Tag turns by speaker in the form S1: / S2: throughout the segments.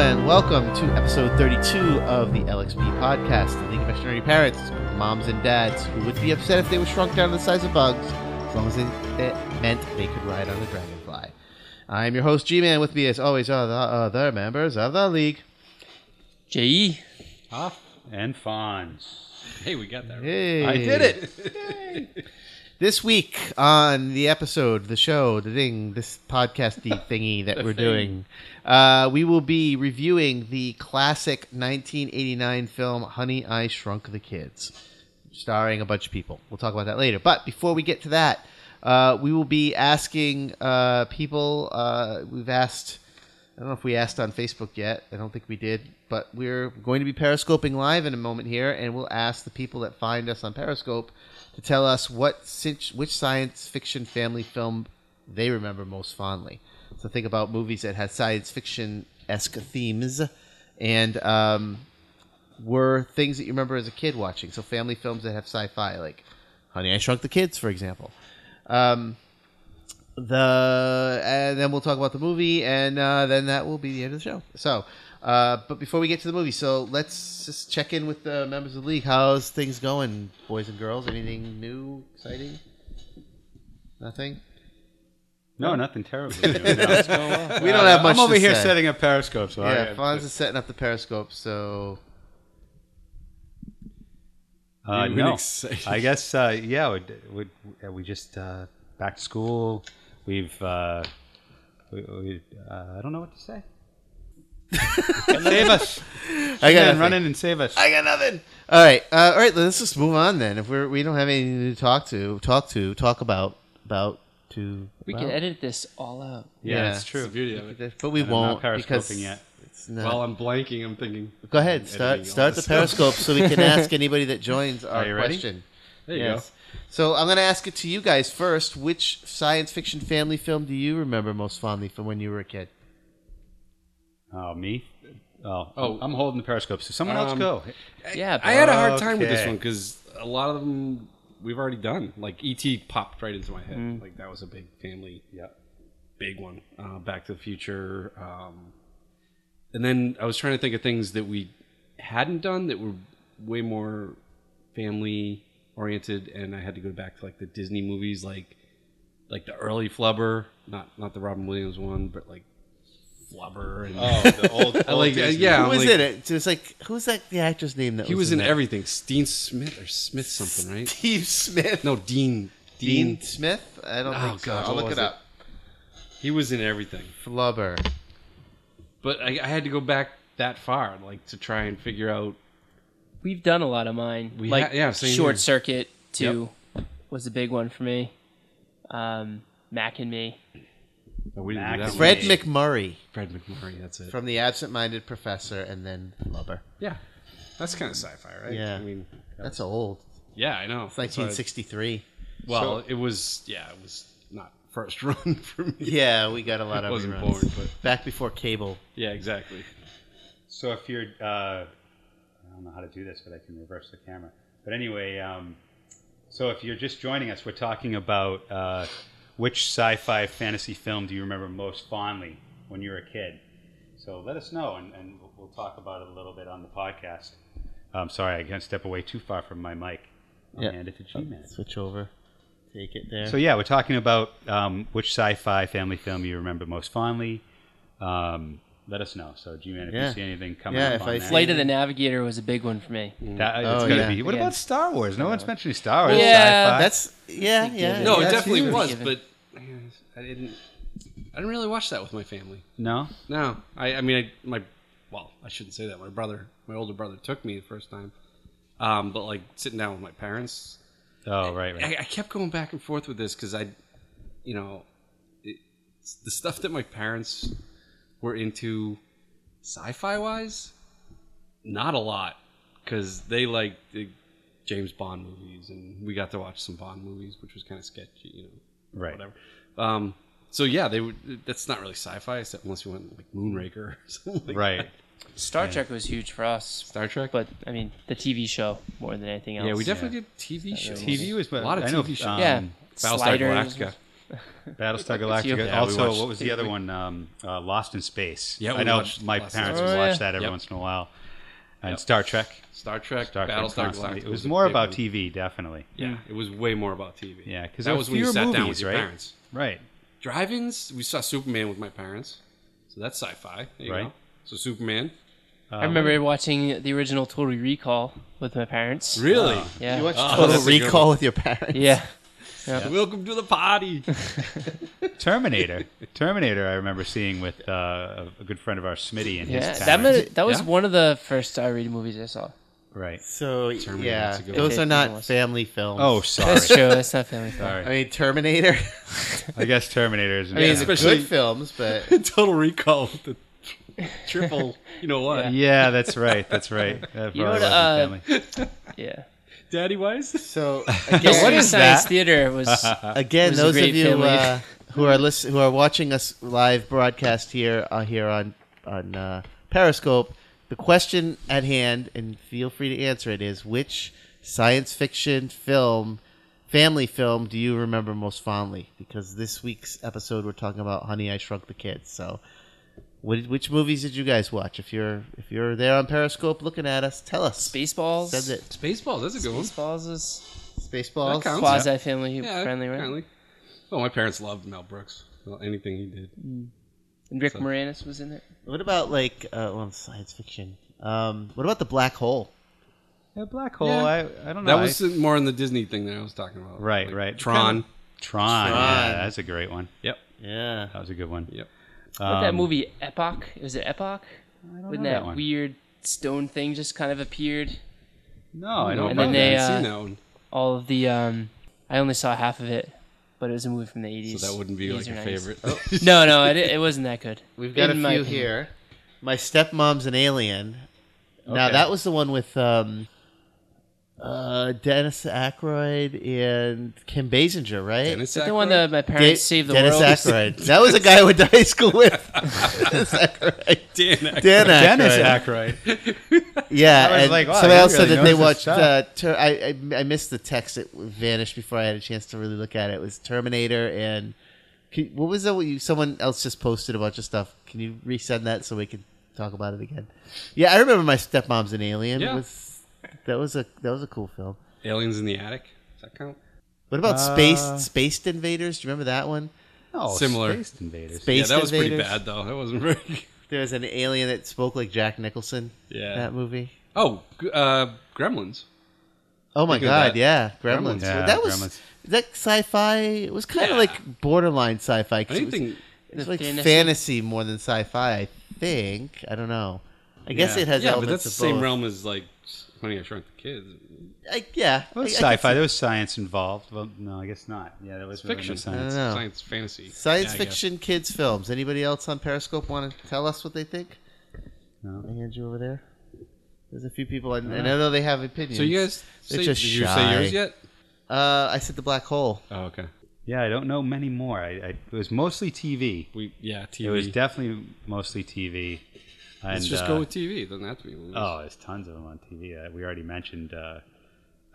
S1: welcome to episode 32 of the LXP podcast, the League of Extraordinary Parents, moms and dads who would be upset if they were shrunk down to the size of bugs, as long as it, it meant they could ride on a dragonfly. I am your host, G-Man. With me, as always, are the other members of the league.
S2: J.E.
S3: Huff and Fonz. Hey, we got that.
S1: Hey.
S3: I did it.
S1: This week on the episode, the show, the thing, this podcasty thingy that we're doing, uh, we will be reviewing the classic 1989 film Honey, I Shrunk the Kids, starring a bunch of people. We'll talk about that later. But before we get to that, uh, we will be asking uh, people. Uh, we've asked. I don't know if we asked on Facebook yet. I don't think we did, but we're going to be periscoping live in a moment here, and we'll ask the people that find us on Periscope to tell us what sin- which science fiction family film they remember most fondly. So think about movies that had science fiction esque themes, and um, were things that you remember as a kid watching. So family films that have sci-fi, like Honey, I Shrunk the Kids, for example. Um, the and then we'll talk about the movie, and uh, then that will be the end of the show. So, uh, but before we get to the movie, so let's just check in with the members of the league. How's things going, boys and girls? Anything new, exciting? Nothing.
S3: No, nothing terrible. We don't
S1: We don't have much.
S3: I'm over
S1: to
S3: here
S1: say.
S3: setting up Periscope, so
S1: Yeah,
S3: I,
S1: Fonz is setting up the periscope, so
S3: Uh,
S4: You've been
S3: no,
S4: excited.
S3: I guess uh, yeah. We, we, we just uh, back to school. We've uh, we, we, uh, I don't know what to say. save us!
S1: I
S3: Yeah,
S1: got
S3: run
S1: running.
S3: in and save us.
S1: I got nothing. All right, uh, all right. Let's just move on then. If we're we don't have anything to talk to, talk to, talk about, about to.
S2: We
S1: about.
S2: can edit this all out.
S3: yeah,
S1: yeah.
S3: that's
S4: That's
S3: true.
S4: the beauty of it.
S1: but we
S3: I'm
S1: won't
S3: not
S1: because
S3: periscoping yet.
S1: It's not.
S4: While I'm blanking, I'm thinking.
S1: Go ahead, start
S4: editing all
S1: start the
S4: this
S1: periscope so we can ask anybody that joins our
S3: Are you ready?
S1: question.
S4: There you
S1: yes. So I'm going to ask it to you guys first. Which science fiction family film do you remember most fondly from when you were a kid?
S3: Oh me. Oh,
S4: Oh.
S3: I'm holding the Periscope. So someone else
S4: Um,
S3: go.
S4: go.
S2: Yeah,
S4: I had a hard time with this
S3: Okay.
S4: one because a lot of them we've already done. Like ET popped right into my head.
S1: Mm.
S4: Like that was a big family,
S3: Yeah.
S4: big one. Uh, Back to the Future, um, and then I was trying to think of things that we hadn't done that were way more family oriented, and I had to go back to like the Disney movies, like like the early Flubber, not not the Robin Williams one, but like Flubber and.
S3: Oh, the old.
S4: I like, yeah,
S1: Who
S4: I'm
S1: was
S4: like-
S1: in it? It's like who's that? The actor's name that
S4: He
S1: was,
S4: was in
S1: that?
S4: everything. Steen Smith or Smith something, right?
S1: Steve Smith.
S4: No, Dean. Dean.
S1: Dean Smith. I don't
S4: Oh,
S1: think so.
S4: God,
S1: I'll
S4: what
S1: look
S4: was
S1: it
S4: it?
S1: up.
S4: He was in everything.
S1: Flubber.
S4: But I, I had to go back that far, like to try and figure out.
S2: We've done a lot of mine.
S4: We
S2: like
S4: ha- yeah, same
S2: Short
S4: here.
S2: Circuit Two was a big one for me. Um, Mac and Me.
S4: Oh, we didn't do
S3: Max.
S4: that one.
S1: Fred
S3: Hey.
S1: McMurray
S4: Fred McMurray. That's it.
S1: from The Absent-Minded Professor, and then Flubber.
S4: yeah, that's kind of sci-fi, right?
S1: Yeah.
S4: I mean,
S1: That's old.
S4: yeah, I know. It's
S1: 1963.
S4: Well, it was. Yeah, it was not first run for me.
S1: Yeah, we got a lot
S4: I
S1: of
S4: wasn't
S1: reruns.
S4: born, but
S1: Back before cable.
S4: yeah, exactly.
S3: So if you're, uh, I don't know how to do this, but I can reverse the camera. But anyway, um, so if you're just joining us, we're talking about uh, which sci-fi fantasy film do you remember most fondly when you were a kid? So let us know, and, and we'll- we'll talk about it a little bit on the podcast. I'm sorry, I can't step away too far from my mic. I'll
S1: Yeah.
S3: hand it to G-Man.
S1: Switch over. Take it there.
S3: So yeah, we're talking about um, which sci-fi family film you remember most fondly. Um, let us know. So G-Man, if
S1: Yeah.
S3: you see anything coming
S1: Yeah,
S3: up
S1: if
S3: on
S1: I
S3: that-
S1: see-
S2: Flight of the Navigator was a big one for me.
S3: That, it's
S1: Oh,
S3: gotta
S1: yeah.
S3: be. What
S2: Yeah.
S3: about Star Wars? No one's mentioning Star Wars.
S2: Yeah.
S3: sci-fi.
S1: that's yeah, yeah.
S4: No, it
S1: that's
S4: definitely
S1: huge.
S4: was,
S2: Given.
S4: but man, I didn't. I didn't really watch that with my family.
S3: no.
S4: No, I, I mean, I my well, I shouldn't say that. My brother, my older brother, took me the first time. Um, but like sitting down with my parents,
S3: Oh right, right.
S4: I, I kept going back and forth with this because I, you know, it, it's the stuff that my parents were into, sci-fi wise, not a lot, because they like the James Bond movies, and we got to watch some Bond movies, which was kind of sketchy, you know
S3: right.
S4: whatever. Um, so yeah, they would. That's not really sci-fi, except unless you went like Moonraker or something. like
S3: Right.
S2: Star Trek was huge for us,
S4: Star Trek.
S2: but I mean the TV show more than anything else.
S4: yeah, we definitely did TV shows.
S3: TV was
S4: a lot of
S3: I know,
S4: TV shows.
S3: um,
S2: yeah.
S4: uh, Battlestar
S2: Sliders.
S4: Galactica.
S3: Battlestar
S2: It's you.
S3: Galactica.
S4: Yeah, we
S3: also,
S4: watched-
S3: what was the other one? Um, uh, Lost in Space.
S4: Yeah,
S3: I
S4: we
S3: know
S4: watched
S3: my
S4: Lost in
S3: parents
S2: Space.
S3: would
S2: Oh,
S3: watch
S2: yeah.
S3: that every
S4: Yep.
S3: once in a while. And
S4: Yep.
S3: Star Trek.
S4: Star Trek,
S3: Star Trek
S4: Battlestar
S3: constantly.
S4: Galactica.
S3: It was
S4: a
S3: more
S4: big
S3: about
S4: one.
S3: TV, definitely.
S4: Yeah, it was way more about TV.
S3: Yeah, because
S4: that was when you sat down with your
S3: right?
S4: parents.
S3: Right.
S4: Drive-ins. We saw Superman with my parents, so that's sci-fi. There you
S3: Right.
S4: go. So Superman.
S2: I
S3: Um,
S2: remember watching the original Total Recall with my parents.
S4: Really?
S2: Yeah.
S1: You watched
S4: Oh,
S1: Total
S4: that's a good
S1: Recall with your parents.
S2: Yeah.
S4: Welcome to the party.
S3: Terminator. Terminator. I remember seeing with uh, a a good friend of ours, Smitty, and
S2: Yeah.
S3: his
S2: That
S3: parents.
S2: might, that was
S4: Yeah.
S2: one of the first Star rated movies I saw.
S3: right.
S1: So
S4: Terminator,
S1: yeah,
S4: that's a good
S1: those
S2: one.
S1: are not family films.
S3: Oh, sorry.
S2: That's true. That's not family. Fun.
S1: I
S3: sorry.
S1: mean Terminator.
S3: I guess Terminator is.
S1: I mean,
S4: Yeah.
S1: the
S4: Especially-
S1: good films, but
S4: Total Recall. with The triple. You know what?
S3: yeah, that's right. That's right. That
S2: You know what,
S3: probably wasn't
S2: uh,
S3: family.
S2: Yeah.
S4: Daddy wise.
S1: so
S2: Yeah,
S1: again,
S2: what
S3: is
S2: is Science
S3: that?
S2: Theater was
S1: again,
S2: was a
S1: those of
S2: great
S1: you
S2: family.
S1: uh, who are listen, who are watching us live broadcast here uh, here on on uh, Periscope, the question at hand, and feel free to answer it, is which science fiction film, family film, do you remember most fondly? Because this week's episode, we're talking about Honey, I Shrunk the Kids. So, what, which movies did you guys watch? If you're if you're there on Periscope looking at us, tell us.
S2: Spaceballs.
S1: Said that
S4: Spaceballs. That's a good one.
S2: Spaceballs is
S1: Spaceballs.
S4: That counts.
S2: quasi family friendly, right?
S4: apparently. Oh, my parents loved Mel Brooks. Well, anything he did.
S2: And Rick Moranis was in it.
S1: What about like uh, well, science fiction? Um, what about the black hole?
S3: Yeah, black hole.
S4: Yeah.
S3: I, I don't know.
S4: That
S3: I-
S4: was more in the Disney thing that I was talking about.
S3: Right,
S4: Like
S3: right.
S4: Tron.
S3: Tron.
S1: Tron.
S3: Yeah, that's a great one.
S4: Yep.
S1: Yeah.
S3: That was a good one.
S4: Yep.
S2: What that
S3: Um,
S2: movie Epoch? Was it Epoch? When
S3: know
S2: that,
S3: that one.
S2: weird stone thing just kind of appeared.
S3: No, I don't.
S2: And
S3: know
S2: then
S3: about
S2: they,
S3: that.
S4: I haven't
S2: uh,
S4: seen that one.
S2: All of the um, I only saw half of it, but it was a movie from the
S1: uh,
S2: eighties.
S4: So that wouldn't be like a favorite.
S1: Oh.
S2: no, no, it, it wasn't that good.
S1: We've got
S2: In
S1: a
S2: my
S1: few
S2: opinion.
S1: here. My stepmom's an alien. Now
S3: Okay.
S1: that was the one with um, uh, Dennis Aykroyd and Kim Basinger, right?
S4: Dennis
S2: Is that the
S4: Aykroyd?
S2: one that my
S1: Da-
S2: parents saved the
S1: Dennis
S2: world?
S1: Aykroyd. That was a guy I went to high school with. Dennis Aykroyd.
S4: Dan Aykroyd.
S1: Dan Aykroyd.
S3: Dennis Aykroyd.
S1: Yeah,
S3: I was
S1: and
S3: like, wow,
S1: somebody
S3: you
S1: else said
S3: really
S1: that they
S3: noticed
S1: watched. Uh,
S3: that.
S1: ter- I, I I missed the text; it vanished before I had a chance to really look at it. It was Terminator and can, what was that? What you, someone else just posted a bunch of stuff. Can you resend that so we can talk about it again? Yeah, I remember my stepmom's an alien.
S4: Yeah.
S1: Was, that was a that was a cool film.
S4: Aliens in the Attic. Does that count?
S1: What about Space
S3: Uh,
S1: Spaced Invaders? Do you remember that one?
S3: Oh,
S4: Similar.
S3: Space Invaders.
S1: Space
S4: yeah, that was pretty
S1: Invaders.
S4: bad though. That wasn't very. good.
S1: There was an alien that spoke like Jack Nicholson.
S4: Yeah.
S1: that movie.
S4: Oh, g- uh, Gremlins.
S1: Oh my
S4: Speaking of
S1: god,
S4: that,
S1: yeah, Gremlins.
S4: Gremlins.
S3: Yeah,
S1: that was
S3: Gremlins.
S1: that sci-fi. It was kind of
S4: Yeah.
S1: like borderline sci-fi. 'cause it was-
S4: Anything.
S1: it was
S2: The
S1: like fantasy.
S2: fantasy.
S1: more than sci-fi. I think. I don't know. I guess it has
S4: Yeah, but that's
S1: elements
S4: the
S1: of
S4: same
S1: both.
S4: realm as like Honey, I Shrunk the Kids.
S1: I, yeah, I-
S3: Well,
S1: I
S3: it's
S1: could
S3: sci-fi.
S1: see-
S3: There was science involved. Well, no, I guess not. Yeah, that was really no
S4: fiction.
S1: I don't
S3: science.
S1: know.
S4: Science fantasy.
S1: Science
S4: Yeah, I guess.
S1: fiction, kids films. Anybody else on Periscope want to tell us what they think?
S3: No.
S1: Andrew over there. There's a few people, and and I know they have opinions.
S4: So you guys,
S1: They're
S4: say,
S1: just
S4: did you
S1: shy.
S4: say yours yet?
S1: uh, I said the black hole.
S4: Oh, okay.
S3: Yeah, I don't know many more. I, I, it was mostly TV.
S4: We yeah, TV.
S3: It was definitely mostly TV. And,
S4: Let's just
S3: uh,
S4: go with TV. It doesn't have to be movies.
S3: Oh, there's tons of them on TV. Uh, we already mentioned uh,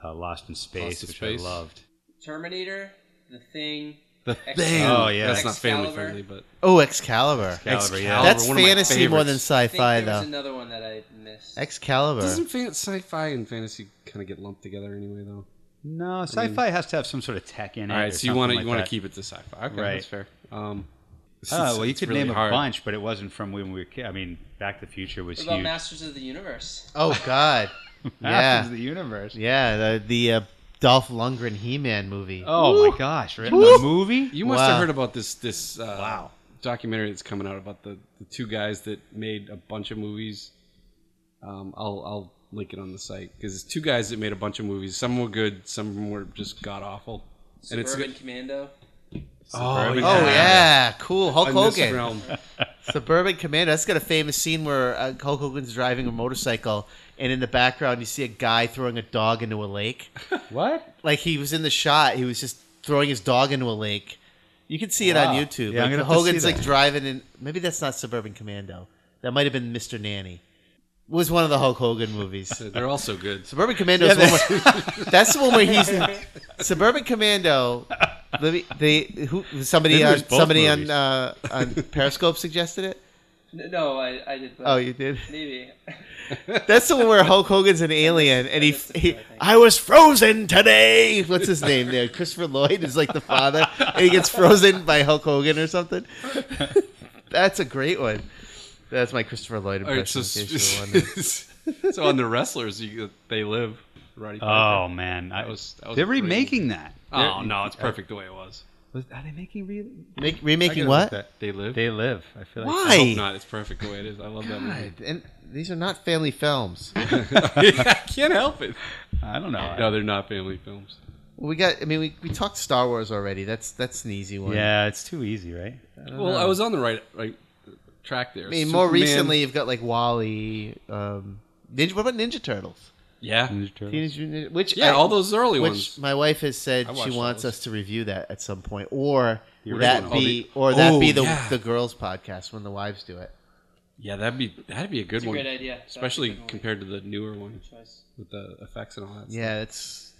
S3: uh, Lost in Space,
S4: Lost in
S3: which
S4: Space.
S3: I loved.
S2: Terminator, The Thing.
S4: the
S2: Thing.
S3: Oh, yeah.
S4: that's not family
S2: Excalibur.
S4: friendly, but
S1: Oh, Excalibur.
S3: Excalibur, yeah.
S4: Excalibur,
S1: That's
S4: one of my
S1: fantasy more than
S4: favorites.
S1: sci-fi, though.
S2: another one that I missed.
S1: Excalibur.
S4: doesn't fan- sci-fi and fantasy kind of get lumped together anyway, though?
S3: No, sci-fi has to have some sort of tech in it.
S4: All right,
S3: or
S4: so you
S3: something
S4: want to
S3: like
S4: you want
S3: that.
S4: to keep it to sci-fi, okay?
S3: Right.
S4: That's fair. Um,
S3: Oh, well, you
S4: it's
S3: could
S4: really
S3: name
S4: hard.
S3: a bunch, but it wasn't from when we were kids. I mean, Back to the Future was huge.
S2: Masters of the Universe?
S1: Oh God.
S3: Masters
S1: yeah.
S3: of the Universe.
S1: Yeah, the the uh, Dolph Lundgren He-Man movie.
S3: Oh my gosh! Right?
S1: Woo.
S3: The movie?
S4: You must
S1: Wow.
S4: have heard about this this uh, documentary that's coming out about the, the two guys that made a bunch of movies. Um, I'll I'll link it on the site because it's two guys that made a bunch of movies. Some were good, some were just god awful. And it's good.
S2: Commando.
S4: Oh,
S3: Suburban
S1: Oh
S3: Commando.
S1: yeah, cool. Hulk
S4: In this
S1: Hogan,
S4: realm.
S1: Suburban Commando. That's got a famous scene where uh, Hulk Hogan's driving a motorcycle, and in the background you see a guy throwing a dog into a lake.
S3: What?
S1: Like he was in the shot, he was just throwing his dog into a lake. You can see it on
S3: Wow.
S1: YouTube.
S3: Yeah, I'm
S1: Like,
S3: gonna have to
S1: Hogan's
S3: see
S1: like
S3: that.
S1: driving, and maybe that's not Suburban Commando. That might have been Mr. Nanny. It was one of the Hulk Hogan movies.
S4: They're also good.
S1: Suburban Commando is the one where, that's the one where he's in Suburban Commando Let me, they who somebody
S4: Then
S1: on,
S4: there's both
S1: somebody
S4: movies.
S1: on uh, on Periscope suggested it.
S2: No, I, I did. But
S1: Oh, you did.
S2: maybe.
S1: That's the one where Hulk Hogan's an alien, and he,
S2: missed it,
S1: he
S2: I think.
S1: I was frozen today. What's his name there? Christopher Lloyd is like the father, and he gets frozen by Hulk Hogan or something. That's a great one. That's my Christopher Lloyd
S4: All right, so
S1: impression. in case you were wondering.
S4: so on the wrestlers, you, they live. Roddy
S5: Oh man, I
S4: That was- that was
S5: they're
S4: crazy.
S5: remaking that.
S4: oh
S5: They're-
S4: no, it's perfect the way it was.
S5: Was, are they making re-
S1: Make,
S5: I gotta
S1: remaking what?
S5: look that.
S4: They live.
S5: They live. I feel like
S4: I hope
S1: Why?
S4: not. It's perfect the way it is. I love that movie.
S1: God, and these are not family films.
S4: I can't help it.
S5: I don't know.
S4: No, they're not family films.
S1: We got. I mean, we, we talked Star Wars already. That's that's an easy one.
S5: yeah, it's too easy, right?
S4: Well, I was on the right right track there.
S1: I mean, more
S4: Superman-
S1: recently, you've got like Wally. Um, Ninja. What about Ninja Turtles?
S4: yeah,
S1: Teenage Mutant Ninja- Which
S4: yeah,
S1: I-
S4: all those early
S1: which
S4: ones.
S1: my wife has said
S4: I
S1: she
S4: watched
S1: wants
S4: those.
S1: us to review that at some point, or
S5: The
S1: that
S5: original.
S1: be
S4: Oh, the-
S1: or that
S4: oh,
S1: be the
S4: yeah.
S1: the girls podcast when the wives do it.
S4: Yeah, that'd be that'd be a good
S2: It's a
S4: one,
S2: great idea. That'd be a
S4: especially
S2: good one.
S4: compared to the newer one
S2: Choice.
S4: with the effects and all that.
S1: Yeah, it's.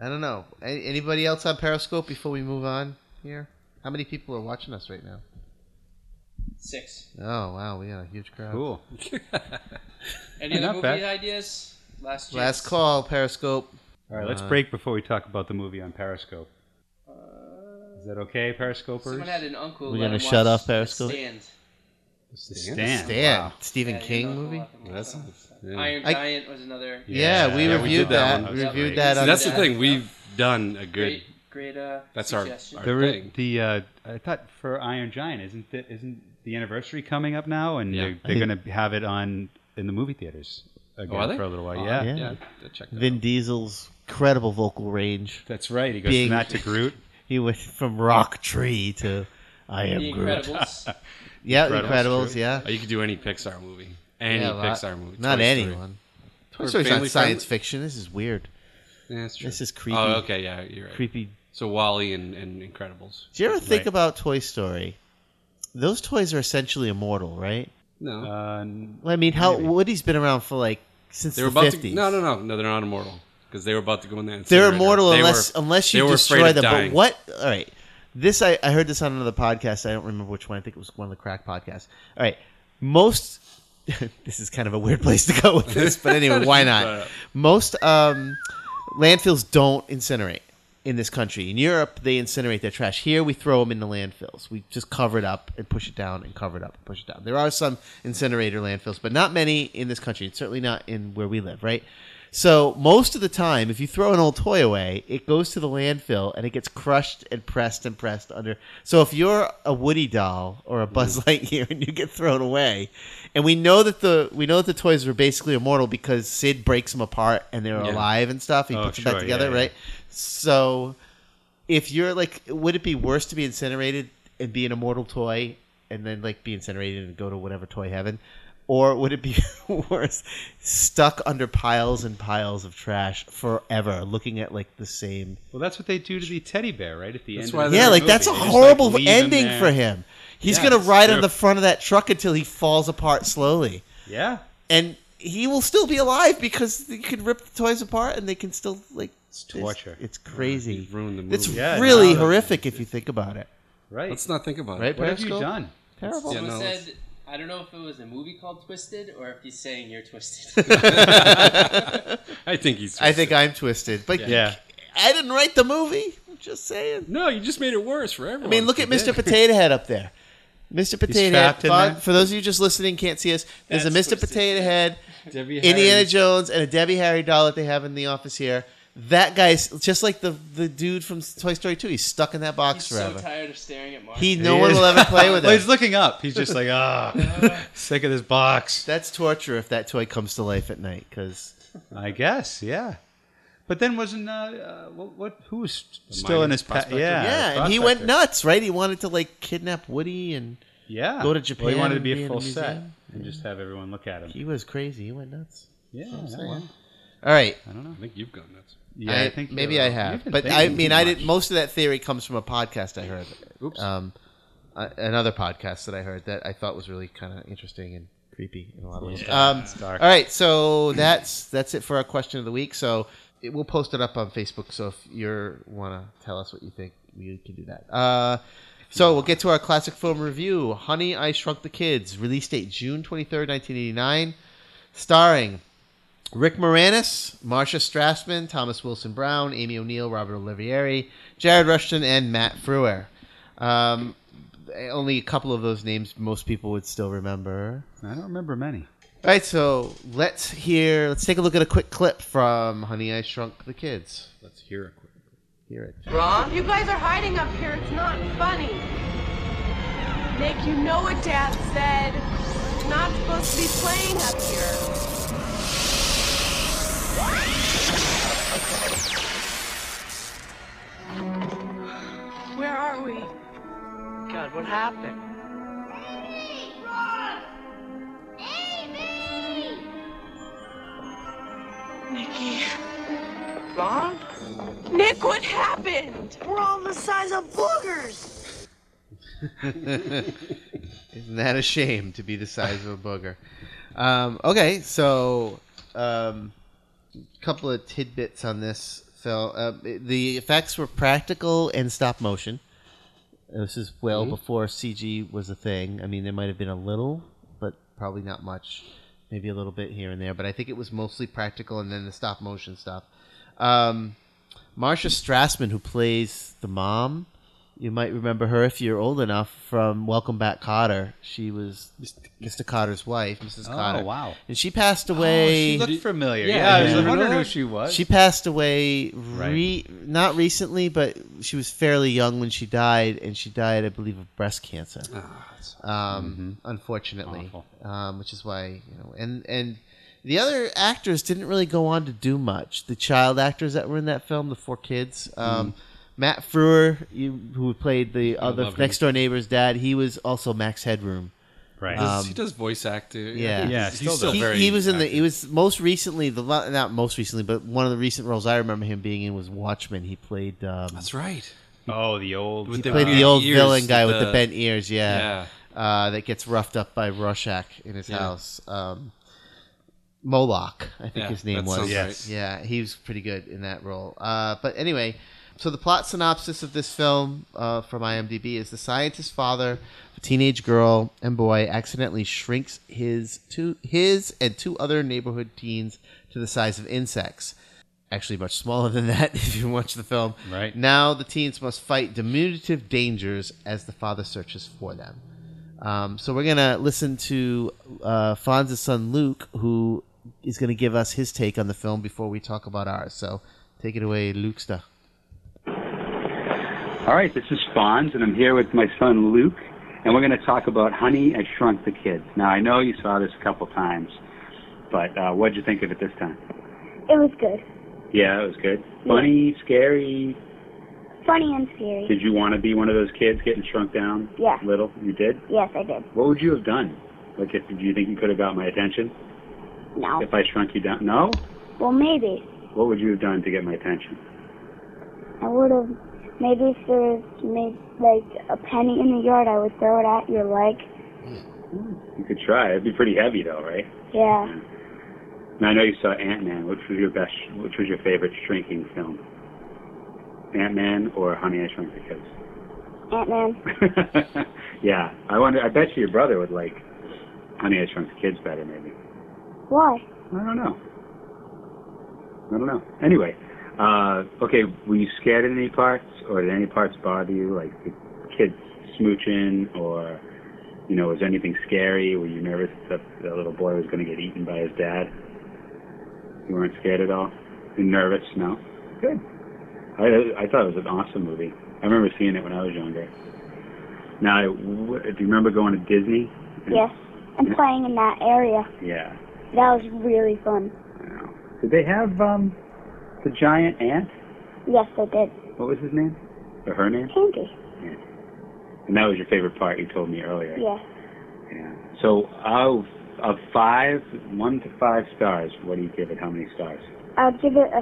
S1: I don't know. A- Anybody else on Periscope before we move on here? How many people are watching us right now?
S2: Six.
S1: Oh wow, we got a huge crowd.
S5: Cool.
S2: Any other
S5: Not
S2: movie
S5: bad.
S2: ideas? Last chance.
S1: Last call, Periscope.
S5: All right, let's break before we talk about the movie on Periscope. Uh, Is that okay, Periscopers?
S2: Someone had an uncle.
S1: We're
S2: let
S1: gonna
S2: him
S1: shut
S2: watch
S1: off Periscope?
S2: The Stand.
S4: The
S5: The
S4: Stand?
S5: Stand.
S1: Stan,
S5: Wow.
S1: Stephen
S2: Yeah, "Oh,
S1: King
S2: your uncle
S1: movie.
S2: let him watch
S4: That's
S2: that.
S4: yeah.
S2: Iron
S1: I-
S2: Giant was another
S1: Yeah, we
S5: Yeah, we
S1: reviewed
S4: did that
S1: that.
S4: one.
S1: We
S2: That was
S1: reviewed
S2: great.
S1: that.
S4: See,
S1: on
S4: that's the
S2: Yeah.
S4: thing. We've done a good.
S2: great, great. Uh,
S4: That's our-
S2: suggestion.
S4: our-
S5: The,
S4: thing.
S5: the uh, I thought for Iron Giant isn't the, isn't the anniversary coming up now, and
S4: Yeah.
S5: they're, they're going to have it on in the movie theaters again
S4: Oh, are they?
S5: for a little while.
S4: Oh,
S5: yeah.
S1: Yeah.
S4: yeah. I- I checked that
S1: Vin
S4: out.
S1: Diesel's incredible vocal range.
S5: that's right. He goes
S1: Big.
S5: from that to Groot.
S1: He went from Rock Tree to I Am
S2: The
S1: Groot.
S2: Incredibles.
S1: Yeah,
S5: Incredibles,
S1: Incredibles.
S5: true.
S1: Yeah,
S4: Oh, you could do any Pixar movie. Any
S1: Yeah, a lot.
S4: Pixar movie.
S1: Not
S4: Toy
S1: any
S4: Story.
S1: one.
S4: Or
S1: Toy Story's
S4: family
S1: not science
S4: friendly.
S1: fiction. This is weird.
S4: Yeah, that's true.
S1: This is creepy.
S4: Oh, okay, yeah, you're right.
S1: Creepy.
S4: So Wally and, and Incredibles.
S1: Do you ever think
S5: Right.
S1: about Toy Story? Those toys are essentially immortal, right?
S4: No,
S5: Uh,
S1: Well, I mean, how
S5: Maybe.
S1: Woody's been around for like since
S4: they were
S1: the
S4: about
S1: fifties.
S4: to. No, no, no, no. They're not immortal because they were about to go in there.
S1: They're immortal unless unless you destroy them. But what? All right. This I, I heard this on another podcast. I don't remember which one. I think it was one of the crack podcasts. All right. Most. this is kind of a weird place to go with this, but anyway, why not? Most um, landfills don't incinerate in this country. In Europe, they incinerate their trash. Here, we throw them in the landfills. We just cover it up and push it down and cover it up and push it down. There are some incinerator landfills, but not many in this country. It's certainly not in where we live, right? So most of the time, if you throw an old toy away, it goes to the landfill and it gets crushed and pressed and pressed under. So if you're a Woody doll or a Buzz Lightyear and you get thrown away, and we know that the we know that the toys were basically immortal because Sid breaks them apart and they're
S4: Yeah.
S1: alive and stuff. He
S5: Oh,
S1: puts them
S5: sure,
S1: back together,
S5: yeah, yeah.
S1: right? So if you're like, would it be worse to be incinerated and be an immortal toy and then like be incinerated and go to whatever toy heaven? Or would it be worse, stuck under piles and piles of trash forever, looking at like the same?
S5: well, that's what they do to the teddy bear, right? At the
S4: That's
S5: end.
S4: why
S5: of the
S4: they're
S1: Yeah,
S4: in
S1: like
S5: movie.
S1: that's a
S5: They just, like,
S1: horrible
S5: leave him
S1: ending
S5: there.
S1: for him. He's
S5: Yeah,
S1: gonna
S5: it's
S1: ride on
S5: true.
S1: the front of that truck until he falls apart slowly,
S5: Yeah.
S1: and he will still be alive because you can rip the toys apart and they can still like it's
S5: torture.
S1: It's, crazy.
S4: You've ruined the movie.
S1: It's
S5: Yeah,
S1: really
S5: no, that-
S1: horrific if you think about it.
S5: Right.
S4: Let's not think about
S1: Right,
S4: it.
S5: what have you
S1: Periscope?
S5: done?
S1: Terrible.
S4: Yeah,
S2: Someone
S4: no, it's-
S2: said, I don't know if it was a movie called Twisted or if he's saying you're twisted.
S4: I think he's.
S1: I think I'm twisted, but
S5: Yeah.
S1: I didn't write the movie. I'm just saying.
S4: No, you just made it worse for everyone.
S1: I mean, look at
S4: You
S1: Mr.
S4: did.
S1: Potato Head up there. Mr. Potato Head.
S5: trapped in
S1: Bob-
S5: there.
S1: for those of you just listening, can't see us. There's
S2: That's
S1: a Mr.
S2: twisted.
S1: Potato Head,
S4: Debbie
S1: Indiana
S4: Harry.
S1: Jones, and a Debbie Harry doll that they have in the office here. That guy's just like the the dude from Toy Story 2. He's stuck in that
S2: he's
S1: box
S2: so
S1: forever.
S2: tired of staring at Mark.
S1: he
S5: He
S1: no one
S5: is-
S1: will ever play with
S5: well, he's
S1: him.
S5: looking up. He's just like, ah, sick of this box.
S1: That's torture if that toy comes to life at night because
S5: I guess, yeah. But then wasn't uh, uh what, what who was st- still
S4: mining
S5: in his pa-
S4: prospector?
S5: yeah
S1: yeah, and he
S5: prospector.
S1: went nuts, right? He wanted to like kidnap Woody, and
S5: yeah
S1: Go to
S5: Well,
S1: Japan
S5: he wanted to
S1: and
S5: be
S1: be
S5: a
S1: in
S5: full
S1: a
S5: set
S1: museum.
S5: and just have everyone look at him.
S1: he was crazy. He went nuts.
S5: yeah,
S1: I'm
S5: yeah,
S1: saying.
S5: well,
S1: All right,
S5: I don't know.
S4: I think you've gone nuts.
S5: Yeah,
S1: I,
S5: I, think
S1: maybe
S5: you're-
S1: I
S5: you've
S1: have,
S5: been
S1: but I
S5: thinking
S1: mean,
S5: too
S1: I
S5: much.
S1: didn't. Most of that theory comes from a podcast I heard,
S4: Oops.
S1: um, a- another podcast that I heard that I thought was really kind of interesting and creepy in a lot of ways. Um,
S5: dark.
S1: all right, so that's that's it for our question of the week. So it, we'll post it up on Facebook. So if you want to tell us what you think, you can do that. Uh, so we'll get to our classic film review. Honey, I Shrunk the Kids, release date June 23rd, 1989, starring Rick Moranis, Marsha Strassman, Thomas Wilson Brown, Amy O'Neill, Robert Olivieri, Jared Rushton, and Matt Frewer. Um, only a couple of those names most people would still remember.
S5: I don't remember many.
S1: All right, so let's hear. Let's take a look at a quick clip from "Honey, I Shrunk the Kids."
S4: Let's hear it quick.
S1: Hear it.
S6: Ron? You guys are hiding up here. It's not funny. Nick, you know what Dad said. We're not supposed to be playing up here. Where are we?
S7: God, what happened?
S6: Nicky.
S7: Ron?
S6: Nick, what happened?
S7: We're all the size of boogers.
S1: Isn't that a shame to be the size of a booger? Um, okay, so a um, couple of tidbits on this film. Uh, the effects were practical and stop motion. This is well
S5: Mm-hmm.
S1: before CG was a thing. I mean, there might have been a little, but probably not much. Maybe a little bit here and there, but I think it was mostly practical and then the stop motion stuff. Um, Marsha Strassman, who plays the mom, you might remember her if you're old enough from Welcome Back, Cotter. She was Mr. Cotter's wife, Mrs.
S5: Oh,
S1: Cotter.
S5: wow.
S1: And she passed
S5: Oh,
S1: away.
S5: she looked familiar.
S4: Yeah,
S5: Yeah, I was
S4: yeah.
S5: wondering
S4: Remember
S5: who she was.
S1: She passed away re- not recently, but she was fairly young when she died, and she died, I believe, of breast cancer.
S5: Ah,
S4: Mm-hmm.
S1: um, Unfortunately,
S5: Awful.
S1: um, which is why you know, and and the other actors didn't really go on to do much. The child actors that were in that film, the four kids.
S4: Hmm.
S1: Um, Matt Frewer, you, who played the other
S4: love him.
S1: next door neighbor's dad, he was also Max Headroom.
S5: right.
S4: Does- he does voice acting.
S1: Um, yeah.
S5: Yeah,
S4: he's
S5: still
S4: still,
S5: does.
S1: he,
S4: very.
S1: he was in the he was most recently the lo- not most recently but one of the recent roles I remember him being in was Watchmen. He played um,
S4: That's right.
S5: oh, the old.
S4: With
S1: played
S4: weird
S1: the old
S4: ears,
S1: villain guy with the
S4: the-
S1: bent ears, yeah,
S4: Yeah.
S1: Uh, that gets roughed up by Rorschach in his
S4: Yeah.
S1: house. Um, Moloch, I think
S4: Yeah,
S1: his name
S4: that
S1: was.
S4: sounds
S1: Yeah.
S5: Yes.
S1: yeah, he was pretty good in that role. Uh, but anyway, so the plot synopsis of this film uh, from IMDb is the scientist's father, a teenage girl and boy, accidentally shrinks his two his and two other neighborhood teens to the size of insects actually much smaller than that if you watch the film.
S5: Right.
S1: Now the teens must fight diminutive dangers as the father searches for them. Um, so we're going to listen to uh, Fonz's son Luke, who is going to give us his take on the film before we talk about ours. So take it away, Lukester.
S3: All right, this is Fonz, and I'm here with my son Luke, and we're going to talk about Honey, I Shrunk the Kids. Now, I know you saw this a couple times, but uh, what'd you think of it this time?
S8: It was good.
S3: Yeah, it was good. Funny, scary.
S8: Funny and scary.
S3: Did you want to be one of those kids getting shrunk down?
S8: Yeah.
S3: Little? You did?
S8: Yes, I did.
S3: What would you have done? Like, if, do you think you could have got my attention
S8: No.
S3: if I shrunk you down? No?
S8: Well, maybe.
S3: What would you have done to get my attention?
S8: I would have. Maybe if there was made, like a penny in the yard, I would throw it at your leg.
S3: You could try. It'd be pretty heavy, though, right?
S8: Yeah.
S3: And I know you saw Ant Man. Which was your best? Which was your favorite shrinking film? Ant Man or Honey I Shrunk the
S8: Ant Man.
S3: Kids? yeah, I wonder. I bet you your brother would like Honey I Shrunk the Kids better, maybe.
S8: Why?
S3: I don't know. I don't know. Anyway, uh, okay. Were you scared at any parts, or did any parts bother you, like the kids smooching, or you know, was anything scary? Were you nervous that the little boy was going to get eaten by his dad? You weren't scared at all. You nervous? No. Good. I I thought it was an awesome movie. I remember seeing it when I was younger. Now, w- do you remember going to Disney?
S8: Yes. And playing in that area.
S3: Yeah.
S8: That was really fun.
S3: Wow. Did they have um the giant ant?
S8: Yes, I did.
S3: What was his name? Or her name?
S8: Candy.
S3: And that was your favorite part you told me earlier.
S8: Yeah.
S3: Yeah. So of of five, one to five stars, what do you give it? How many stars?
S8: I'd give it a.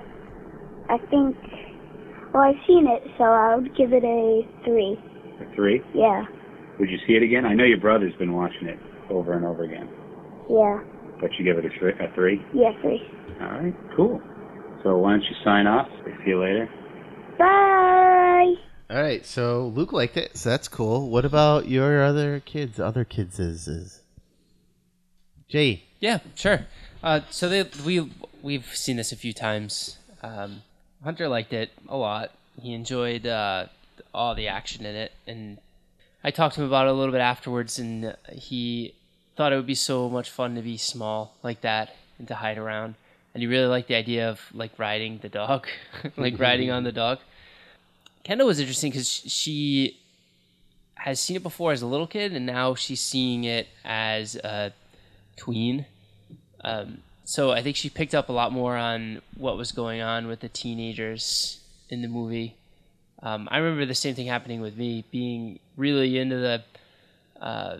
S8: I think. Well, I've seen it, so I would give it a three.
S3: A three?
S8: Yeah.
S3: Would you see it again? I know your brother's been watching it over and over again,
S8: Yeah.
S3: but you give it a, thr- a three.
S8: Yeah, three.
S3: All right. Cool. So why don't you sign off? See you later.
S8: Bye.
S1: All right, so Luke liked it, so that's cool. What about your other kids? Other kids is is Jay.
S2: Yeah, sure. Uh, so they, we we've seen this a few times. Um, Hunter liked it a lot. He enjoyed uh, all the action in it, and I talked to him about it a little bit afterwards, and he thought it would be so much fun to be small like that and to hide around. And he really liked the idea of like riding the dog, like riding on the dog. Kendall was interesting because she has seen it before as a little kid, and now she's seeing it as a tween. Um, so I think she picked up a lot more on what was going on with the teenagers in the movie. Um, I remember the same thing happening with me, being really into the, uh,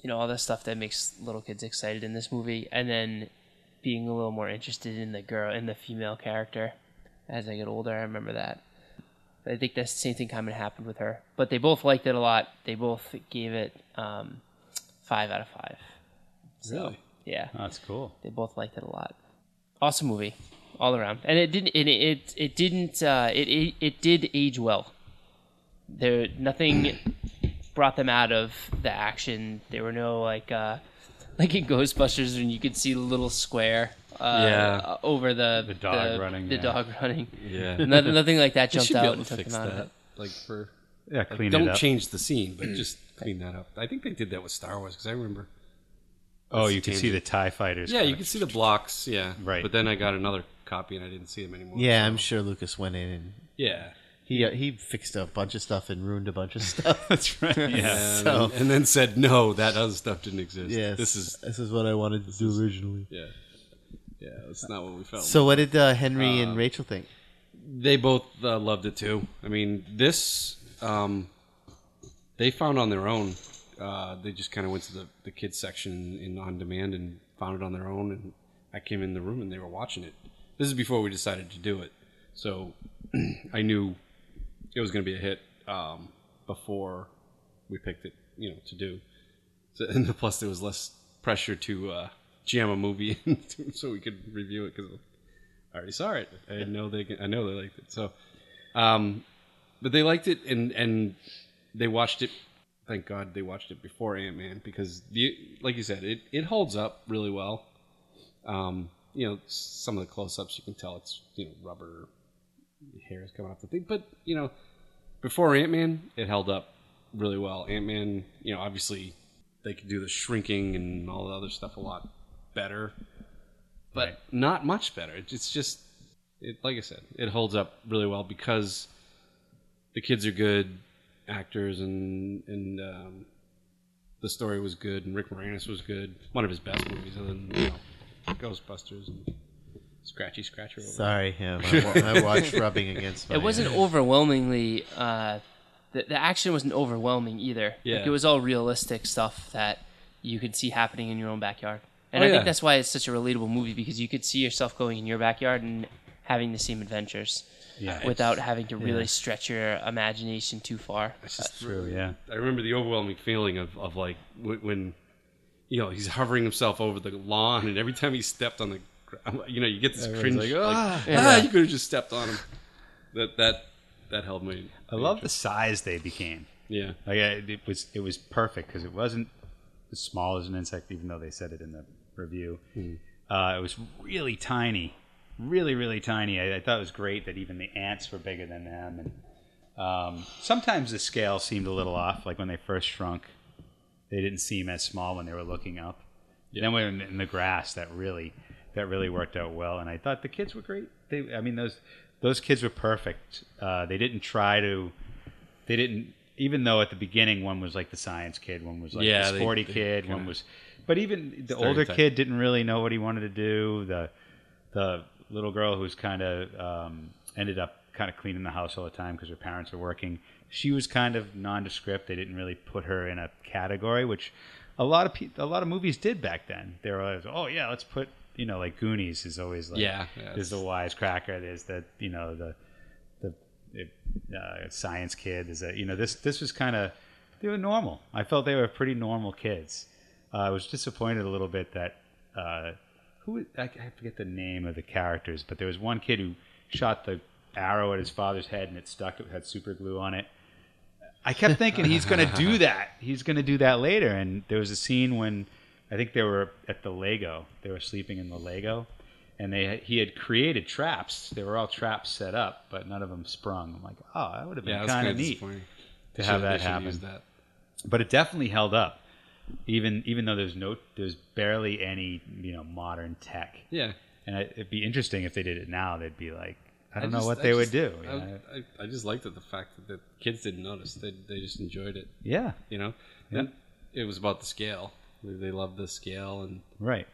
S2: you know, all the stuff that makes little kids excited in this movie, and then being a little more interested in the girl, in the female character. As I get older, I remember that. I think that's the same thing kind of happened with her. But they both liked it a lot. They both gave it um, five out of five. So,
S4: Really?
S2: Yeah.
S5: Oh, that's cool.
S2: They both liked it a lot. Awesome movie, all around. And it didn't. It it, it didn't. Uh, it, it it did age well. There nothing brought them out of the action. There were no like uh, like in Ghostbusters when you could see the little square. Uh,
S4: Yeah.
S2: over the
S5: The dog running,
S2: the
S5: yeah.
S2: dog running.
S4: Yeah.
S2: Nothing, nothing like that
S4: You
S2: jumped
S4: should be
S2: out
S4: able
S2: and
S4: to
S2: took
S4: fix
S2: them out of
S4: that.
S2: it. Mm.
S4: Like for
S5: Yeah, clean it
S4: don't
S5: up.
S4: change the scene, but just clean that up. I think they did that with Star Wars because I remember.
S5: oh,
S4: That's
S5: you
S4: a
S5: can see
S4: tangent.
S5: the Tie Fighters.
S4: Yeah, you
S5: kinda-
S4: could see the blocks. Yeah,
S5: Right.
S4: But then I got another copy and I didn't see them anymore.
S1: Yeah, I'm
S4: so-
S1: sure Lucas went in and
S4: Yeah,
S1: he uh, he fixed a bunch of stuff and ruined a bunch of stuff.
S5: That's right. Yeah.
S4: and,
S1: So-
S4: and then said no, that other stuff didn't exist.
S1: yes,
S4: this is
S1: this is what I wanted to do originally.
S4: yeah, yeah. That's not what we felt.
S1: So what did uh, Henry
S4: Um,
S1: and Rachel think?
S4: they both uh, loved it too. I mean, this um, they found on their own. Uh, they just kind of went to the, the kids section in on demand and found it on their own. And I came in the room and they were watching it. This is before we decided to do it, so I knew it was going to be a hit um, before we picked it. You know, to do. So, and plus, there was less pressure to uh, jam a movie in so we could review it because I already saw it. I know they I know they liked it. So, um, but they liked it and and they watched it. Thank God they watched it before Ant Man because the like you said it it holds up really well. Um, you know some of the close ups you can tell it's you know rubber hair is coming off the thing, but you know before Ant Man it held up really well. Ant Man you know obviously they could do the shrinking and all the other stuff a lot better but not much better. It- It's just, it, like I said, it holds up really well because the kids are good actors and and um, the story was good and Rick Moranis was good. One of his best movies, other than you know, Ghostbusters and Scratchy Scratcher. over
S1: Sorry, yeah, my, wa- my watch rubbing against
S4: Oh,
S1: my.
S2: It wasn't overwhelmingly. Uh, the, the action wasn't overwhelming either.
S4: Yeah.
S2: Like it was all realistic stuff that you could see happening in your own backyard. And
S4: Oh,
S2: I
S4: yeah.
S2: think that's why it's such a relatable movie because you could see yourself going in your backyard and having the same adventures
S5: Yeah.
S2: without having to really stretch your imagination too far.
S4: It's just
S5: True. Yeah.
S4: I remember the overwhelming feeling of, of like w- when, you know, he's hovering himself over the lawn, and every time he stepped on the ground, you know, you get this cringe. Like, ah, ah, you could have just stepped on him. That that that held me.
S5: I love the size they became.
S4: Yeah,
S5: Like I, it was, it was perfect because it wasn't as small as an insect, even though they said it in the review. Uh, it was really tiny, really, really tiny. I, I thought it was great that even the ants were bigger than them. And um, sometimes the scale seemed a little off. Like when they first shrunk, they didn't seem as small when they were looking up. Then when in the grass, that really, that really worked out well. And I thought the kids were great. They, I mean, those those kids were perfect. Uh, they didn't try to they didn't even though at the beginning one was like the science kid one was like
S4: Yeah,
S5: the
S4: they-
S5: sporty
S4: they
S5: kid
S4: kinda-
S5: one was but even the older
S4: Stereotype.
S5: kid didn't really know what he wanted to do the the little girl who's kind of um, ended up kind of cleaning the house all the time because her parents are working she was kind of nondescript they didn't really put her in a category which a lot of pe- a lot of movies did back then they were like oh yeah let's put you know like goonies is always like
S4: Yeah, yeah,
S5: there's the wisecracker there's the you know the the it, uh, science kid. Is that you know this this was kind of they were normal. I felt they were pretty normal kids. Uh, I was disappointed a little bit that uh, who I, I forget the name of the characters, but there was one kid who shot the arrow at his father's head and it stuck. It had super glue on it. I kept thinking he's going to do that. He's going to do that later. And there was a scene when I think they were at the Lego. They were sleeping in the Lego, and they he had created traps. They were all traps set up, but none of them sprung. I'm like, oh, that would have been
S4: Yeah, that's
S5: kind of neat
S4: disappointing.
S5: to have
S4: Should've- they
S5: that
S4: should've
S5: happen.
S4: used that.
S5: But it definitely held up, even even though there's no there's barely any you know modern tech.
S4: Yeah.
S5: And I, it'd be interesting if they did it now. They'd be like, I don't know
S4: just-
S5: what
S4: I
S5: they would
S4: just-
S5: do. you
S4: I,
S5: know?
S4: I, I just liked it, the fact that the kids didn't notice. They, they just enjoyed it,
S5: yeah,
S4: you know? And it was about the scale. They, they loved the scale and
S5: right.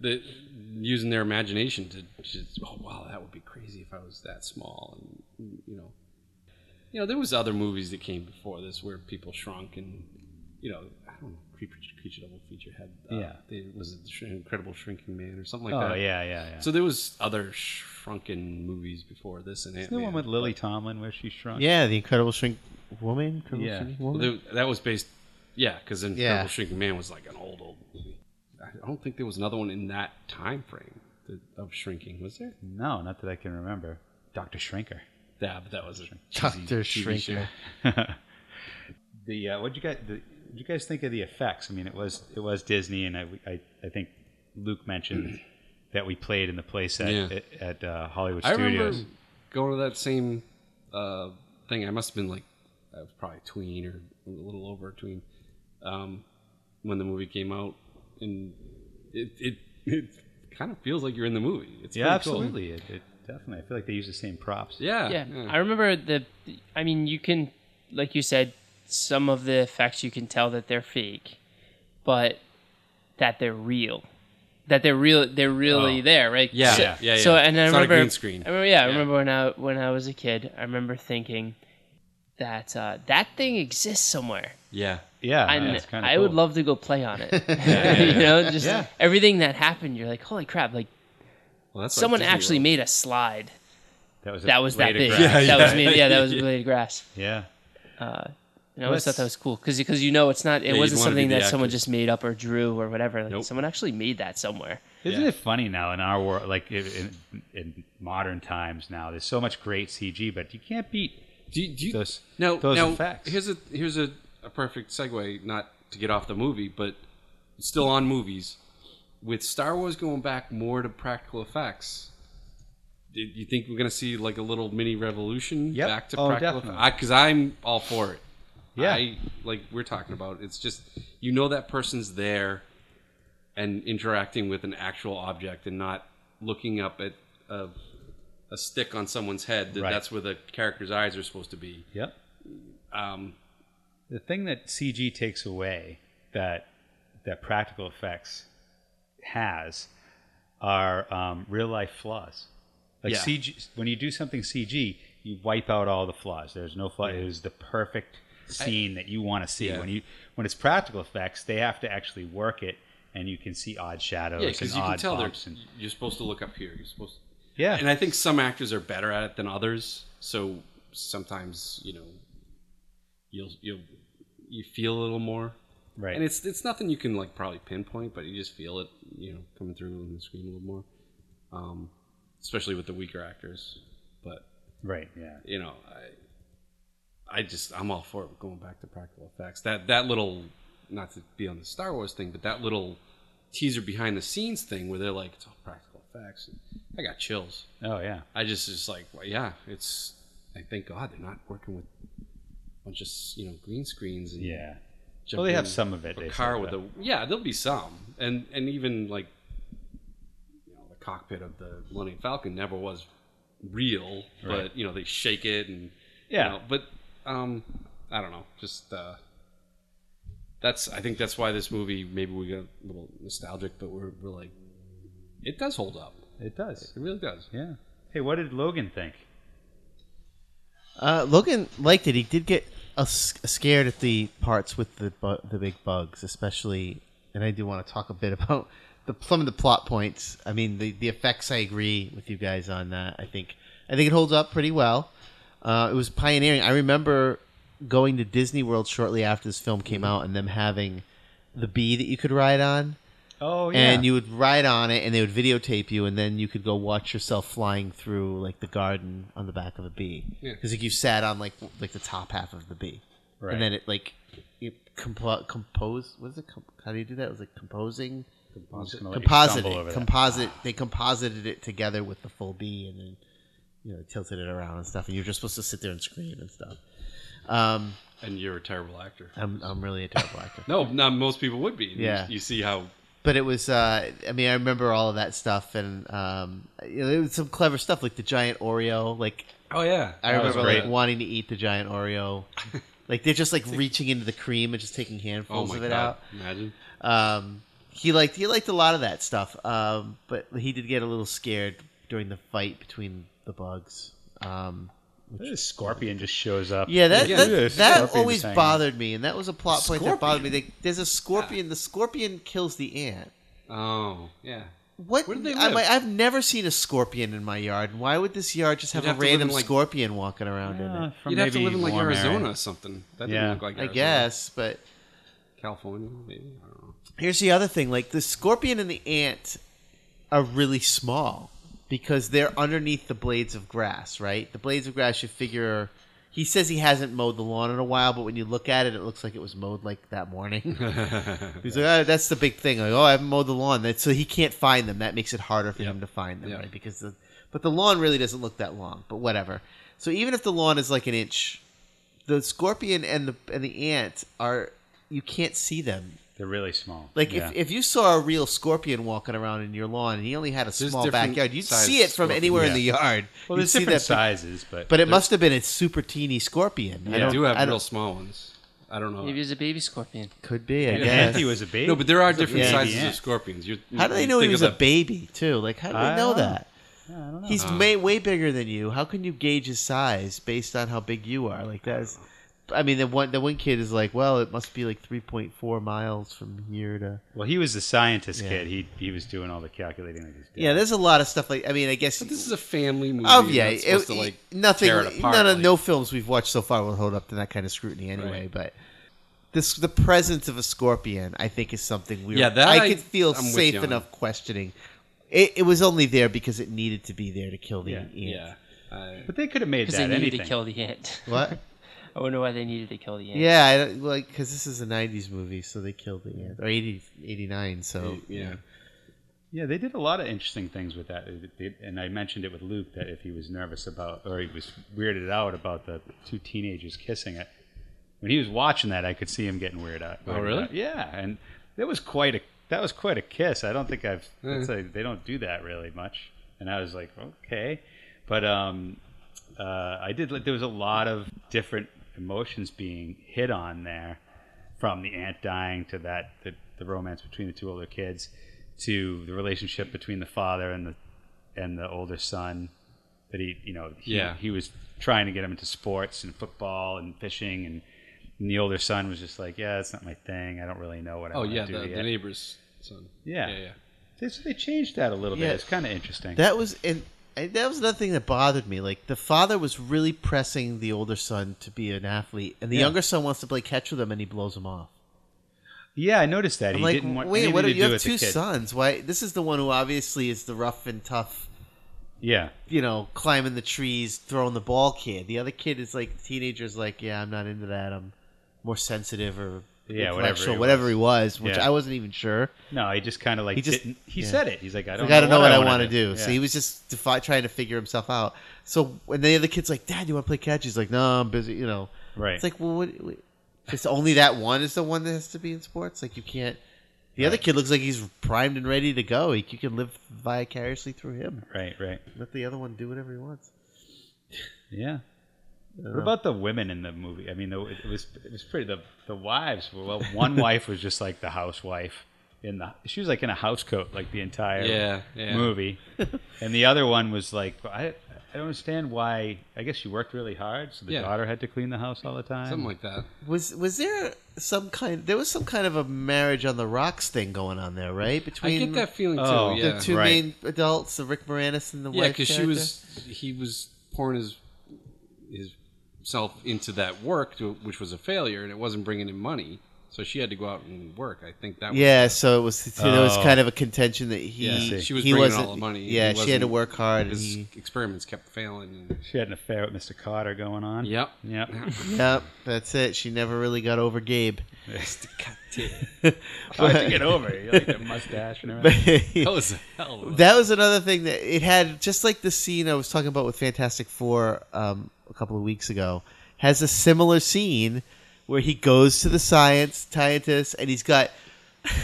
S4: the, using their imagination to just, oh, wow, that would be crazy if I was that small. And, you know, you know, there was other movies that came before this where people shrunk and, you know, I don't know, Creature, Creature Double Feature had, uh,
S5: Yeah.
S4: they, was it the Sh- Incredible Shrinking Man or something like
S5: Oh
S4: that?
S5: yeah, yeah, yeah.
S4: So there was other shrunken movies before this, and
S5: Isn't the one
S4: Ant-Man,
S5: with Lily
S4: but-
S5: Tomlin where she shrunk?
S1: Yeah, the Incredible Shrink Woman. Incredible
S5: Yeah.
S1: Shrinking
S4: Well,
S1: Woman.
S4: there- that was based, yeah, because Incredible
S1: Yeah.
S4: Shrinking Man was like an old old movie. I don't think there was another one in that time frame that, of shrinking, was there?
S5: No, not that I can remember. Doctor Shrinker.
S4: Yeah, but that was a cheesy
S1: Doctor
S4: TV show.
S1: Shrinker.
S5: the uh, what you guys the, what'd you guys think of the effects? I mean, it was it was Disney, and I I, I think Luke mentioned that we played in the place at
S4: Yeah.
S5: at, at uh, Hollywood
S4: I
S5: Studios.
S4: remember going to that same uh, thing. I must have been like, I was probably tween or a little over tween um, when the movie came out, and it it, it kind of feels like you're in the movie. It's
S5: yeah,
S4: pretty cool.
S5: absolutely. It, it definitely. I feel like they use the same props.
S4: Yeah,
S2: yeah, I remember the. I mean, you can, like you said, some of the effects you can tell that they're fake, but that they're real, that they're real, they're really
S4: Oh.
S2: there, right?
S4: Yeah,
S2: so,
S4: yeah, yeah,
S2: So
S4: yeah.
S2: and I
S4: It's not a
S2: remember
S4: green screen.
S2: I remember, yeah, I
S4: Yeah.
S2: remember when I when I was a kid, I remember thinking that uh, that thing exists somewhere.
S4: yeah.
S5: Yeah,
S2: And
S5: that's kinda
S2: I
S5: cool.
S2: would love to go play on it.
S4: yeah,
S2: you know, just
S5: Yeah.
S2: everything that happened, you're like, holy crap! Like
S4: Well, that's like
S2: someone
S4: Disney
S2: actually
S4: World.
S2: made a slade
S5: that was a
S2: that was that
S5: blade
S2: big.
S5: of
S2: that
S5: grass.
S4: Yeah,
S2: was
S4: yeah.
S2: me. Yeah, that was blade of grass.
S5: yeah.
S2: And I always
S5: Let's-
S2: thought that was cool because you know it's not it
S4: you'd
S2: wasn't
S4: wanna be
S2: something
S4: the
S2: that someone
S4: actor.
S2: just made up or drew or whatever. Like
S4: Nope.
S2: someone actually made that somewhere.
S5: Isn't
S4: Yeah.
S5: it funny now in our world, like in, in, in modern times now, there's so much great CG, but you can't beat
S4: Do you, do you,
S5: Those-
S4: now,
S5: those
S4: now,
S5: effects.
S4: Here's a here's a, a perfect segue, not to get off the movie, but still on movies. With Star Wars going back more to practical effects, do you think we're going to see like a little mini revolution
S5: Yep.
S4: back to
S5: Oh,
S4: practical
S5: definitely.
S4: effects? Because I'm all for it.
S5: Yeah.
S4: I, like we're talking about, it's just you know that person's there and interacting with an actual object and not looking up at a, a stick on someone's head. That
S5: Right.
S4: That's where the character's eyes are supposed to be.
S5: Yep.
S4: Um,
S5: the thing that CG takes away that that practical effects has are um, real life flaws. Like
S4: Yeah.
S5: CG, when you do something CG, you wipe out all the flaws. There's no flaw. It is the perfect scene that you want to see.
S4: Yeah.
S5: When you when it's practical effects, they have to actually work it, and you can see odd shadows
S4: yeah,
S5: and
S4: because you
S5: odd
S4: can tell they're,
S5: bumps. And,
S4: you're supposed to look up here. You're supposed,
S5: yeah,
S4: and I think some actors are better at it than others. So sometimes you know, you'll you'll you feel a little more,
S5: right.
S4: and it's it's nothing you can like probably pinpoint, but you just feel it, you know, coming through on the screen a little more, um, especially with the weaker actors. But
S5: right. Yeah.
S4: you know, I I just I'm all for it going back to practical effects. That that little not to be on the Star Wars thing, but that little teaser behind the scenes thing where they're like it's all practical effects. I got chills.
S5: Oh yeah.
S4: I just just like well, yeah, it's I thank God they're not working with a bunch of you know green screens and
S5: Yeah.
S4: jumping
S5: Well, they have
S4: in
S5: some of it.
S4: a
S5: they
S4: car
S5: said,
S4: with
S5: but-
S4: a yeah there'll be some and and even like you know the cockpit of the Millennium Falcon never was real
S5: Right.
S4: but you know they shake it and you
S5: Yeah.
S4: know, but um I don't know just uh that's I think that's why this movie maybe we got a little nostalgic but we're we're like it does hold up
S5: It does.
S4: it really does
S5: Yeah. Hey, what did Logan think?
S1: Uh, Logan liked it. He did get a s- scared at the parts with the bu- the big bugs, especially. And I do want to talk a bit about the some of the plot points. I mean, the the effects. I agree with you guys on that. I think I think it holds up pretty well. Uh, it was pioneering. I remember going to Disney World shortly after this film came out, and them having the bee that you could ride on.
S5: Oh yeah.
S1: and you would ride on it and they would videotape you and then you could go watch yourself flying through like the garden on the back of a bee
S4: Yeah.
S1: because like you sat on like w- like the top half of the bee
S5: right.
S1: and then it like it compo- compose what is it com- how do you do that it was like composing
S5: I'm just gonna let you
S1: composite
S5: stumble over that.
S1: composite they composited it together with the full bee and then you know tilted it around and stuff and you're just supposed to sit there and scream and stuff um
S4: and you're a terrible actor.
S1: i'm, I'm really a terrible actor
S4: No, not most people would be. You-
S1: Yeah.
S4: You, see how
S1: but it was uh, i mean i remember all of that stuff and um, you know, it was some clever stuff like the giant oreo like
S4: Oh yeah.
S1: i
S4: That was
S1: remember like
S4: great.
S1: wanting to eat the giant oreo like they're just like reaching into the cream and just taking handfuls of it
S4: Oh Imagine.
S1: out um, he liked he liked a lot of that stuff um, but he did get a little scared during the fight between the bugs um,
S5: This scorpion just shows up.
S1: yeah, that
S4: Yeah,
S1: that,
S5: yeah,
S1: that
S5: scorpion
S1: always
S5: thing.
S1: bothered me, and that was a plot point that bothered me. They, there's a scorpion. The scorpion kills the ant.
S4: Oh yeah.
S1: What?
S4: Where do they
S1: I,
S4: live?
S1: might- I've never seen a scorpion in my yard. Why would this yard just have
S4: You'd
S1: a
S4: have to live
S1: random
S4: in, like-
S1: scorpion walking around in
S5: Yeah,
S1: it?
S5: from
S4: You'd have to
S5: maybe
S4: live in like
S5: warm area.
S4: Arizona or something. That didn't
S5: Yeah.
S4: look like
S1: I
S4: Arizona.
S1: guess, but
S4: California maybe. I don't know.
S1: here's the other thing: like the scorpion and the ant are really small because they're underneath the blades of grass, right? The blades of grass. You figure he says he hasn't mowed the lawn in a while, but when you look at it, it looks like it was mowed like that morning. He's like, oh, that's the big thing. Like, oh, I haven't mowed the lawn. That, so he can't find them. That makes it harder for him to find them,
S4: Yep.
S1: right? Because the, but the lawn really doesn't look that long. But whatever. So even if the lawn is like an inch, the scorpion and the and the ant are you can't see them.
S5: They're really small.
S1: Like
S5: yeah.
S1: if, if you saw a real scorpion walking around in your lawn and he only had a small
S4: different
S1: backyard, you'd
S4: sized
S1: see it from
S4: scorpion.
S1: anywhere in
S5: Yeah.
S1: the yard.
S5: well,
S1: You'd
S5: there's
S1: see
S5: different
S1: that big-
S5: sizes, but
S1: But it must have been a super teeny scorpion. I
S5: Yeah.
S1: don't,
S4: They do have
S1: I don't-
S4: real small ones. I don't know.
S2: Maybe it's a baby scorpion.
S1: Could be, I
S5: yeah,
S1: guess.
S5: Anthony was a baby.
S4: no, but there are different
S1: Yeah.
S4: sizes
S5: Yeah.
S4: of scorpions. You're,
S1: How do they
S4: you
S1: know he
S4: think
S1: was
S4: of
S1: a baby too? Like, how do they
S5: I
S1: know
S5: don't know.
S1: that?
S5: Yeah, I don't know.
S1: He's
S4: Uh.
S1: may, way bigger than you. How can you gauge his size based on how big you are? Like that's, I mean, the one the one kid is like, well, it must be like three point four miles from here to.
S5: well, he was the scientist
S1: Yeah.
S5: kid. He he was doing all the calculating like his dad.
S1: Yeah, there's a lot of stuff. Like, I mean, I guess.
S4: But this is a family movie.
S1: Oh
S4: You're
S1: yeah,
S4: not supposed
S1: it-
S4: to, like,
S1: nothing.
S4: tear it apart,
S1: none of
S4: like-
S1: no films we've watched so far will hold up to that kind of scrutiny anyway.
S4: Right.
S1: But this the presence of a scorpion, I think, is something weird.
S4: Yeah, that
S1: I,
S4: I-
S1: could feel
S4: I'm with
S1: safe
S4: you on.
S1: enough questioning. It, it was only there because it needed to be there to kill the
S5: Yeah.
S1: ant.
S4: Yeah. I-
S5: But they could have made
S2: Because
S5: that
S2: they needed
S5: anything.
S2: to kill the ant.
S1: What?
S2: I wonder why they needed to kill the ant.
S1: Yeah, I don't, like because this is a '90s movie, so they killed the ant or 80, 89, So
S4: yeah.
S5: Yeah, they did a lot of interesting things with that. It- it- And I mentioned it with Luke that if he was nervous about, or he was weirded out about the two teenagers kissing it, when he was watching that, I could see him getting weird out.
S4: Oh,
S5: weirded
S4: really?
S5: out. Yeah, and that was quite a that was quite a kiss. I don't think I've it's like they don't do that really much. And I was like, okay, but um, uh, I did. like, There was a lot of different emotions being hit on there, from the aunt dying to that the, the romance between the two older kids, to the relationship between the father and the and the older son. That he, you know, he,
S4: Yeah.
S5: he was trying to get him into sports and football and fishing, and, and the older son was just like, "Yeah, it's not my thing. I don't really know what I
S4: Oh
S5: want
S4: yeah,
S5: to
S4: the,
S5: do
S4: the
S5: yet."
S4: neighbor's son.
S5: Yeah.
S4: Yeah. Yeah.
S5: They- so they changed that a little
S1: Yeah.
S5: bit. It's kind of interesting.
S1: that was and. and that was another thing that bothered me. Like the father was really pressing the older son to be an athlete, and the
S5: Yeah.
S1: younger son wants to play catch with him, and he blows him off.
S5: yeah, I noticed that.
S1: I'm
S5: he
S1: like,
S5: didn't want
S1: wait,
S5: anything
S1: what? Are, you
S5: to do
S1: have
S5: with the
S1: two
S5: kid.
S1: sons. Why? This is the one who obviously is the rough and tough,
S5: Yeah,
S1: you know, climbing the trees, throwing the ball kid. The other kid is like teenager's, like, yeah, I'm not into that. I'm more sensitive or
S5: Yeah, whatever
S1: intellectual,
S5: he
S1: whatever he was, which
S5: Yeah.
S1: I wasn't even sure.
S5: no, he just kind of like
S1: He
S5: he
S1: just-
S5: didn't. He
S1: yeah.
S5: said it. He's like, I don't.
S1: Like, I don't know what I
S5: wanna
S1: want to do. So
S5: Yeah.
S1: he was just defi- trying to figure himself out. So when the other kid's like, Dad, you want to play catch? He's like, No, I'm busy. You know,
S5: right.
S1: it's like, well, what, what, just only that one is the one that has to be in sports. Like you can't. The other kid looks like he's primed and ready to go. Like, you can live vicariously through him.
S5: right, right.
S1: Let the other one do whatever he wants.
S5: Yeah. What about the women in the movie? I mean, the, it was it was pretty. The the wives were well. One wife was just like the housewife in the. She was like in a house coat like the entire
S4: Yeah, yeah.
S5: movie, and the other one was like I. I don't understand why. I guess she worked really hard, so the
S4: Yeah.
S5: daughter had to clean the house all the time.
S4: Something like that.
S1: Was was there some kind? There was some kind of a marriage on the rocks thing going on there, right? Between
S4: I get that feeling too.
S5: Oh.
S1: the
S4: yeah.
S1: two
S5: right.
S1: main adults, the Rick Moranis and the
S4: yeah,
S1: wife.
S4: because she
S1: character?
S4: was he was pouring his his self into that work, to, which was a failure, and it wasn't bringing him money. so she had to go out and work. I think that was
S1: Yeah, so it was so there was
S5: Oh.
S1: kind of a contention that he
S4: Yeah, she was
S1: he
S4: bringing
S1: wasn't,
S4: all the money.
S1: Yeah,
S4: He
S1: she had to
S4: wasn't-
S1: work hard. And
S4: his
S1: he,
S4: experiments kept failing. And,
S5: She had an affair with Mr. Carter going on.
S4: yep.
S5: Yep.
S1: yep, that's it. She never really got over Gabe.
S5: Hard to get over. You like the mustache and
S4: That
S5: everything.
S1: that
S4: was a hell. Of a-
S1: was another thing that it had just like the scene I was talking about with Fantastic Four um, a couple of weeks ago has a similar scene where he goes to the science scientist and he's got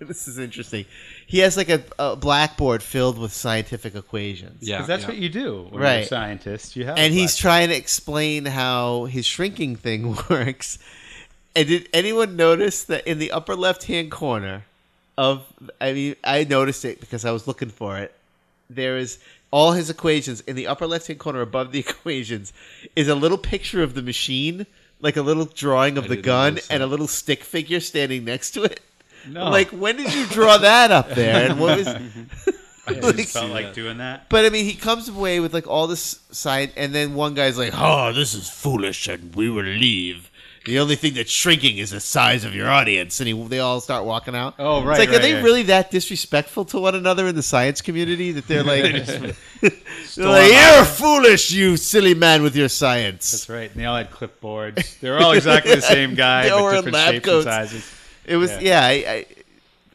S1: this is interesting. He has like a, a blackboard filled with scientific equations.
S4: yeah,
S5: Because that's
S4: yeah.
S5: what you do when you're a
S1: Right.
S5: scientist. You have
S1: and
S5: a
S1: he's
S5: black-
S1: trying to explain how his shrinking thing works. And did anyone notice that in the upper left-hand corner of I mean I noticed it because I was looking for it. There is all his equations in the upper left-hand corner above the equations is a little picture of the machine, like a little drawing of
S4: I
S1: the
S4: didn't
S1: gun
S4: notice
S1: and a little stick figure standing next to it.
S5: no.
S1: I'm like, when did you draw that up there? And what was
S5: I just
S1: like-
S5: felt like doing that.
S1: But I mean, he comes away with like all this side, and then one guy's like, "Oh, this is foolish, and we will leave." The only thing that's shrinking is the size of your audience, and he, they all start walking out.
S5: Oh, right,
S1: It's like, are
S5: right,
S1: they
S5: right.
S1: really that disrespectful to one another in the science community that they're like, they're
S5: Storm
S1: like,
S5: out.
S1: "You're foolish, you silly man with your science."
S5: That's right. And they all had clipboards. They're all exactly the same guy,
S1: They all
S5: but
S1: were in
S5: different
S1: lab
S5: shapes
S1: coats.
S5: and sizes.
S1: It was
S5: Yeah.
S1: yeah. I, I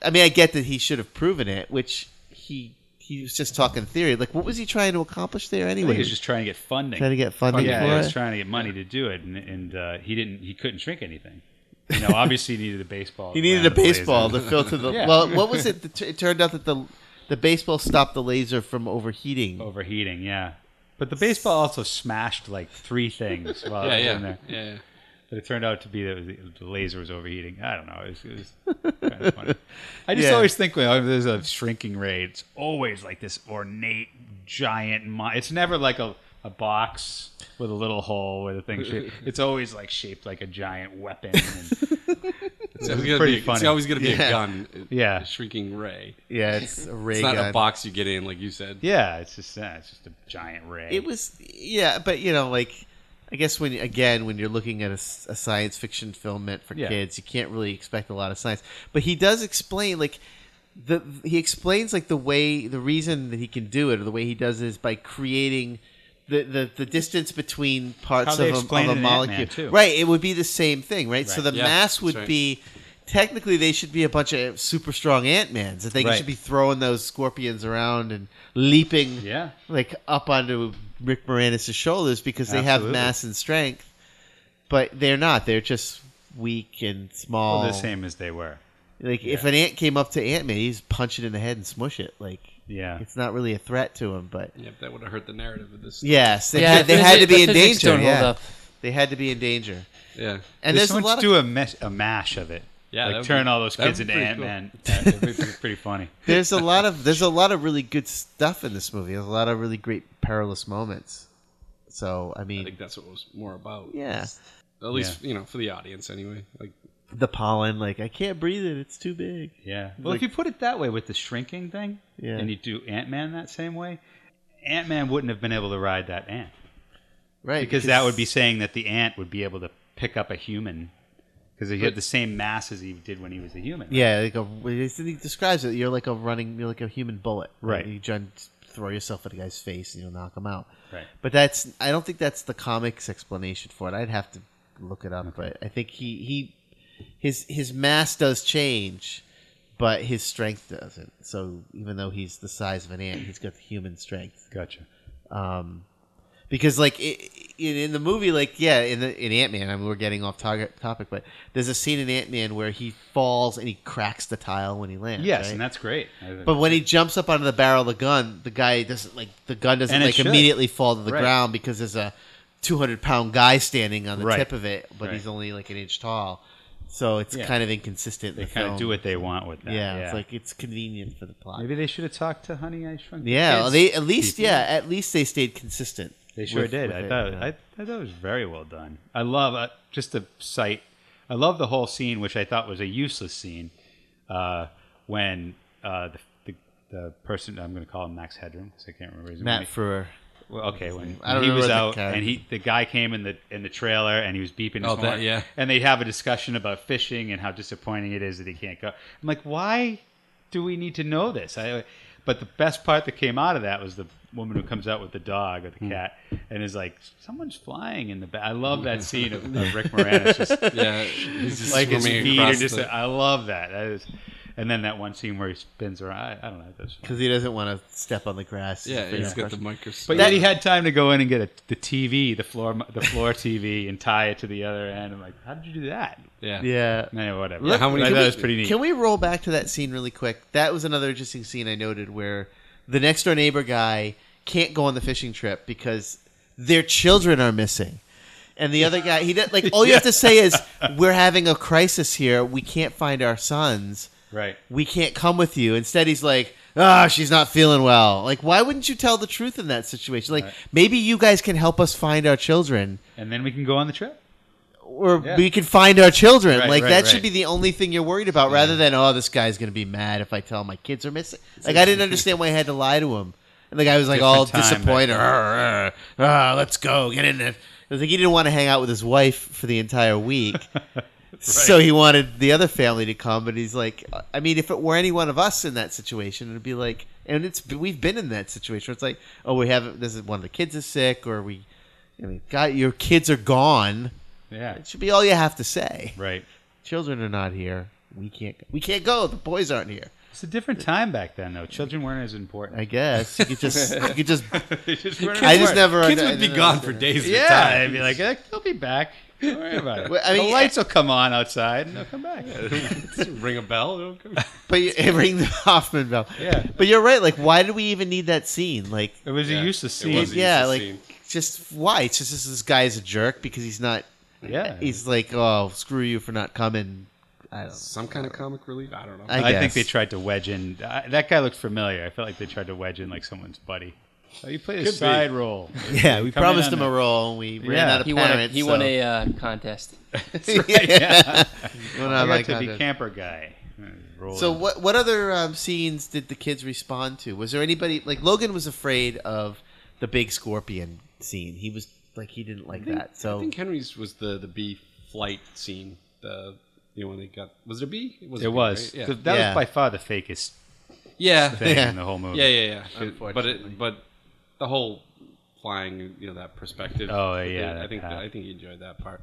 S1: I mean, I get that he should have proven it, which he he was just talking theory. Like, what was he trying to accomplish there
S5: I think
S1: anyway?
S5: he was just trying to get funding.
S1: trying to get funding
S5: yeah,
S1: for
S5: he
S1: it.
S5: was trying to get money to do it, and, and uh, he didn't. He couldn't shrink anything. You know, obviously he needed a baseball.
S1: He
S5: to
S1: needed a
S5: land the
S1: baseball to
S5: laser.
S1: filter the.
S5: Yeah.
S1: Well, what was it? that- It turned out that the the baseball stopped the laser from overheating.
S5: Oh. overheating. Yeah, but the baseball also smashed like three things while
S4: yeah,
S5: it was in
S4: yeah,
S5: there.
S4: yeah, yeah.
S5: But it turned out to be that it was, the laser was overheating. I don't know. It was, it was kind of funny. I just
S1: Yeah.
S5: always think when oh, there's a shrinking ray, it's always like this ornate giant. Mo- it's never like a, a box with a little hole where the thing. Sh- it's always like shaped like a giant weapon. And,
S4: It's,
S5: It was
S4: always gonna
S5: pretty
S4: be, it's
S5: funny.
S4: always going to be
S1: Yeah.
S4: a gun.
S5: Yeah.
S4: a shrinking ray.
S1: Yeah, it's a ray
S4: It's not
S1: gun.
S4: a box you get in, like you said.
S5: yeah, it's just that. It's just a giant ray.
S1: It was yeah, but you know, like I guess when again when you're looking at a, s- a science fiction film meant for
S5: Yeah.
S1: kids, you can't really expect a lot of science. But he does explain like the he explains like the way the reason that he can do it or the way he does it is by creating. The, the, the distance between parts
S5: How
S1: of
S5: they
S1: a, of
S5: explain it
S1: a
S5: in Ant-Man,
S1: molecule.
S5: too.
S1: Right, it would be the same thing, right? So
S5: Right.
S1: the
S4: Yeah,
S1: mass
S4: that's
S1: would
S4: right.
S1: be technically they should be a bunch of super strong Ant-Mans. I think you
S5: Right.
S1: should be throwing those scorpions around and leaping
S5: yeah.
S1: like up onto Rick Moranis' shoulders because they
S5: Absolutely.
S1: have mass and strength, but they're not. They're just weak and small.
S5: Well, the same as they were.
S1: Like if an ant came up to Ant Man, he's punch it in the head and smush it. Like
S5: Yeah.
S1: it's not really a threat to him, but
S4: Yep, that would have hurt the narrative of this.
S1: yes, they,
S2: Yeah,
S1: had, they
S2: the
S1: had to
S2: physi-
S1: be
S2: the
S1: in
S2: physics
S1: danger.
S2: don't hold
S1: Yeah,
S2: up.
S1: they had to be in danger.
S4: Yeah,
S1: And
S5: There's
S1: there's
S5: someone
S1: a lot
S5: to
S1: of
S5: do a, mesh, a mash of it.
S4: Yeah, that
S5: like
S4: would
S5: turn
S4: be-
S5: all those
S4: that would
S5: kids
S4: be
S5: into
S4: pretty
S5: Ant
S4: cool.
S5: Man. It'd be pretty funny.
S1: there's a lot of there's a lot of really good stuff in this movie. There's a lot of really great perilous moments. So I
S4: I
S1: mean,
S4: think that's what it was more about.
S1: yeah,
S4: at least you know for the audience anyway. Like
S1: the pollen. Like I can't breathe it; it's too big.
S5: Yeah. Well,
S1: Like-
S5: if you put it that way with the shrinking thing,
S1: Yeah.
S5: and you do Ant Man that same way, Ant Man wouldn't have been able to ride that ant
S1: Right,
S5: because that would be saying that the ant would be able to pick up a human because he had the same mass as he did when he was a human. right?
S1: Yeah, like a, he describes it. You're like a running, you're like a human bullet.
S5: Right.
S1: You try and throw yourself at a guy's face and you'll knock him out.
S5: Right.
S1: But that's, I don't think that's the comics explanation for it. I'd have to look it up, but I think he, he, his, his mass does change, but his strength doesn't. So even though he's the size of an ant, he's got the human strength
S5: Gotcha.
S1: um, because like it, in, in the movie, like yeah, in the, in Ant Man, I mean, we're getting off target topic, but there's a scene in Ant Man where he falls and he cracks the tile when he lands.
S5: Yes,
S1: right?
S5: and that's great.
S1: but when he jumps up onto the barrel of the gun, the guy doesn't like the gun doesn't
S5: And it
S1: like
S5: should.
S1: immediately fall to the
S5: Right.
S1: ground because there's a 200 pound guy standing on the
S5: Right.
S1: tip of it, but
S5: Right.
S1: he's only like an inch tall, so it's
S5: Yeah.
S1: kind of inconsistent.
S5: they
S1: in the
S5: kind of
S1: film.
S5: do what they want with that.
S1: Yeah, it's like it's convenient for the plot.
S5: maybe they should have talked to Honey I Shrunk. the
S1: yeah,
S5: Kids
S1: they at least
S5: people.
S1: yeah at least they stayed consistent.
S5: They sure
S1: with-
S5: did.
S1: with
S5: I
S1: it,
S5: thought
S1: yeah.
S5: I, I thought it was very well done. I love uh, just the sight. I love the whole scene, which I thought was a useless scene, uh, when uh, the, the the person I'm going to call him Max Headroom because I can't remember his
S1: Matt
S5: name.
S1: Frewer.
S5: Well, okay, when
S1: I don't
S5: he was
S1: remember the
S5: out
S1: character.
S5: and he the guy came in the in the trailer and he was beeping. His
S4: Oh, that-
S5: horn,
S4: yeah.
S5: And they have a discussion about fishing and how disappointing it is that he can't go. I'm like, why do we need to know this? I, but the best part that came out of that was the woman who comes out with the dog or the
S4: Hmm.
S5: cat and is like, someone's flying in the back. I love that scene of, of Rick Moranis just
S4: Yeah, he's just
S5: like his
S4: swimming
S5: feet are
S4: across
S5: just.
S4: the-
S5: I love that. that is, and then that one scene where he spins around. I, I don't know. That's fun.
S1: because he doesn't want to step on the grass.
S4: yeah,
S1: Is the
S4: he's got the
S1: question.
S4: microscope.
S5: But yet he had time to go in and get a, the TV, the floor, the floor TV, and tie it to the other end. I'm like, how did you do that?
S4: yeah,
S1: yeah.
S5: No, whatever.
S4: Yeah, how many-
S5: I
S4: can
S5: thought
S4: we-
S5: it was pretty neat.
S1: Can we roll back to that scene really quick? That was another interesting scene I noted where the next door neighbor guy can't go on the fishing trip because their children are missing. And the other guy, he did, like all you have to say is, "We're having a crisis here. We can't find our sons.
S5: right.
S1: We can't come with you." Instead, he's like, "Ah, she's not feeling well." Like, why wouldn't you tell the truth in that situation? Like, maybe you guys can help us find our children
S5: And then we can go on the trip.
S1: or
S5: Yeah.
S1: we could find our children.
S5: Right,
S1: like
S5: right,
S1: that
S5: right.
S1: should be the only thing you're worried about, rather than oh, this guy's gonna be mad if I tell him my kids are missing. Like I didn't understand why I had to lie to him, and the guy was like all
S5: Different time
S1: disappointed.
S5: back
S1: "Arr, arr, arr, let's go get in there. It was like he didn't want to hang out with his wife for the entire week. So he wanted the other family to come, but he's like, I mean, if it were any one of us in that situation, it'd be like, and it's we've been in that situation. Where it's like, oh, we haven't. This is one of the kids is sick, or we, I mean, God, your kids are gone.
S5: Yeah.
S1: It should be all you have to say.
S5: Right.
S1: Children are not here. We can't. We can't go. The boys aren't here.
S5: It's a different time back then, though. Children weren't as important.
S1: I guess you could just. you could just.
S5: They just weren't
S1: I just
S5: important.
S1: never.
S4: kids
S1: I
S4: would be
S1: didn't
S4: gone for
S1: understand
S4: days. at a
S5: Yeah.
S4: time.
S5: I'd be like, eh, they'll be back. Don't worry about it.
S1: Well, I mean,
S5: the lights will come on outside and they'll come back.
S4: ring a bell. it'll come-
S1: it. But you, ring the Hoffman bell.
S5: Yeah.
S1: But you're right. Like, why do we even need that scene? Like,
S5: It was
S4: Yeah,
S5: a useless
S4: it
S5: scene.
S4: was a
S1: yeah,
S4: useless
S1: like,
S4: scene.
S1: just why? It's just, just this guy is a jerk because he's not.
S5: yeah.
S1: He's like, oh, screw you for not coming. I don't.
S4: some kind of comic relief. I don't know.
S1: I,
S5: I,
S1: guess.
S5: think they tried to wedge in. I, that guy looked familiar. I felt like they tried to wedge in like someone's buddy. Oh, you played a
S4: Could be.
S5: side role.
S1: Yeah, we
S5: Come in
S1: promised
S5: on
S1: him a
S5: that.
S1: role, and we ran
S5: Yeah.
S1: out of
S2: He won. A,
S1: parents.
S2: he won a uh, contest.
S1: so-
S5: yeah.
S1: Went
S5: I
S1: on
S5: got
S1: like
S5: to be
S1: contest.
S5: camper guy. Uh, Roll
S1: So
S5: in.
S1: what what other um, scenes did the kids respond to? Was there anybody like Logan was afraid of the big scorpion scene? He was like he didn't like that. So
S4: I think Henry's was the the bee flight scene. The you know when they got was it a bee? was. a
S5: It
S4: bee,
S5: was.
S4: right?
S5: 'Cause That
S1: Yeah.
S5: was by far the fakest
S4: Yeah.
S5: thing
S1: Yeah.
S5: in the whole movie.
S4: Yeah, yeah, yeah.
S1: Unfortunately.
S4: But it, but the whole flying, you know, that perspective.
S5: Oh,
S4: I
S5: yeah,
S4: think- I
S5: that
S4: think
S5: path.
S4: I think you enjoyed that part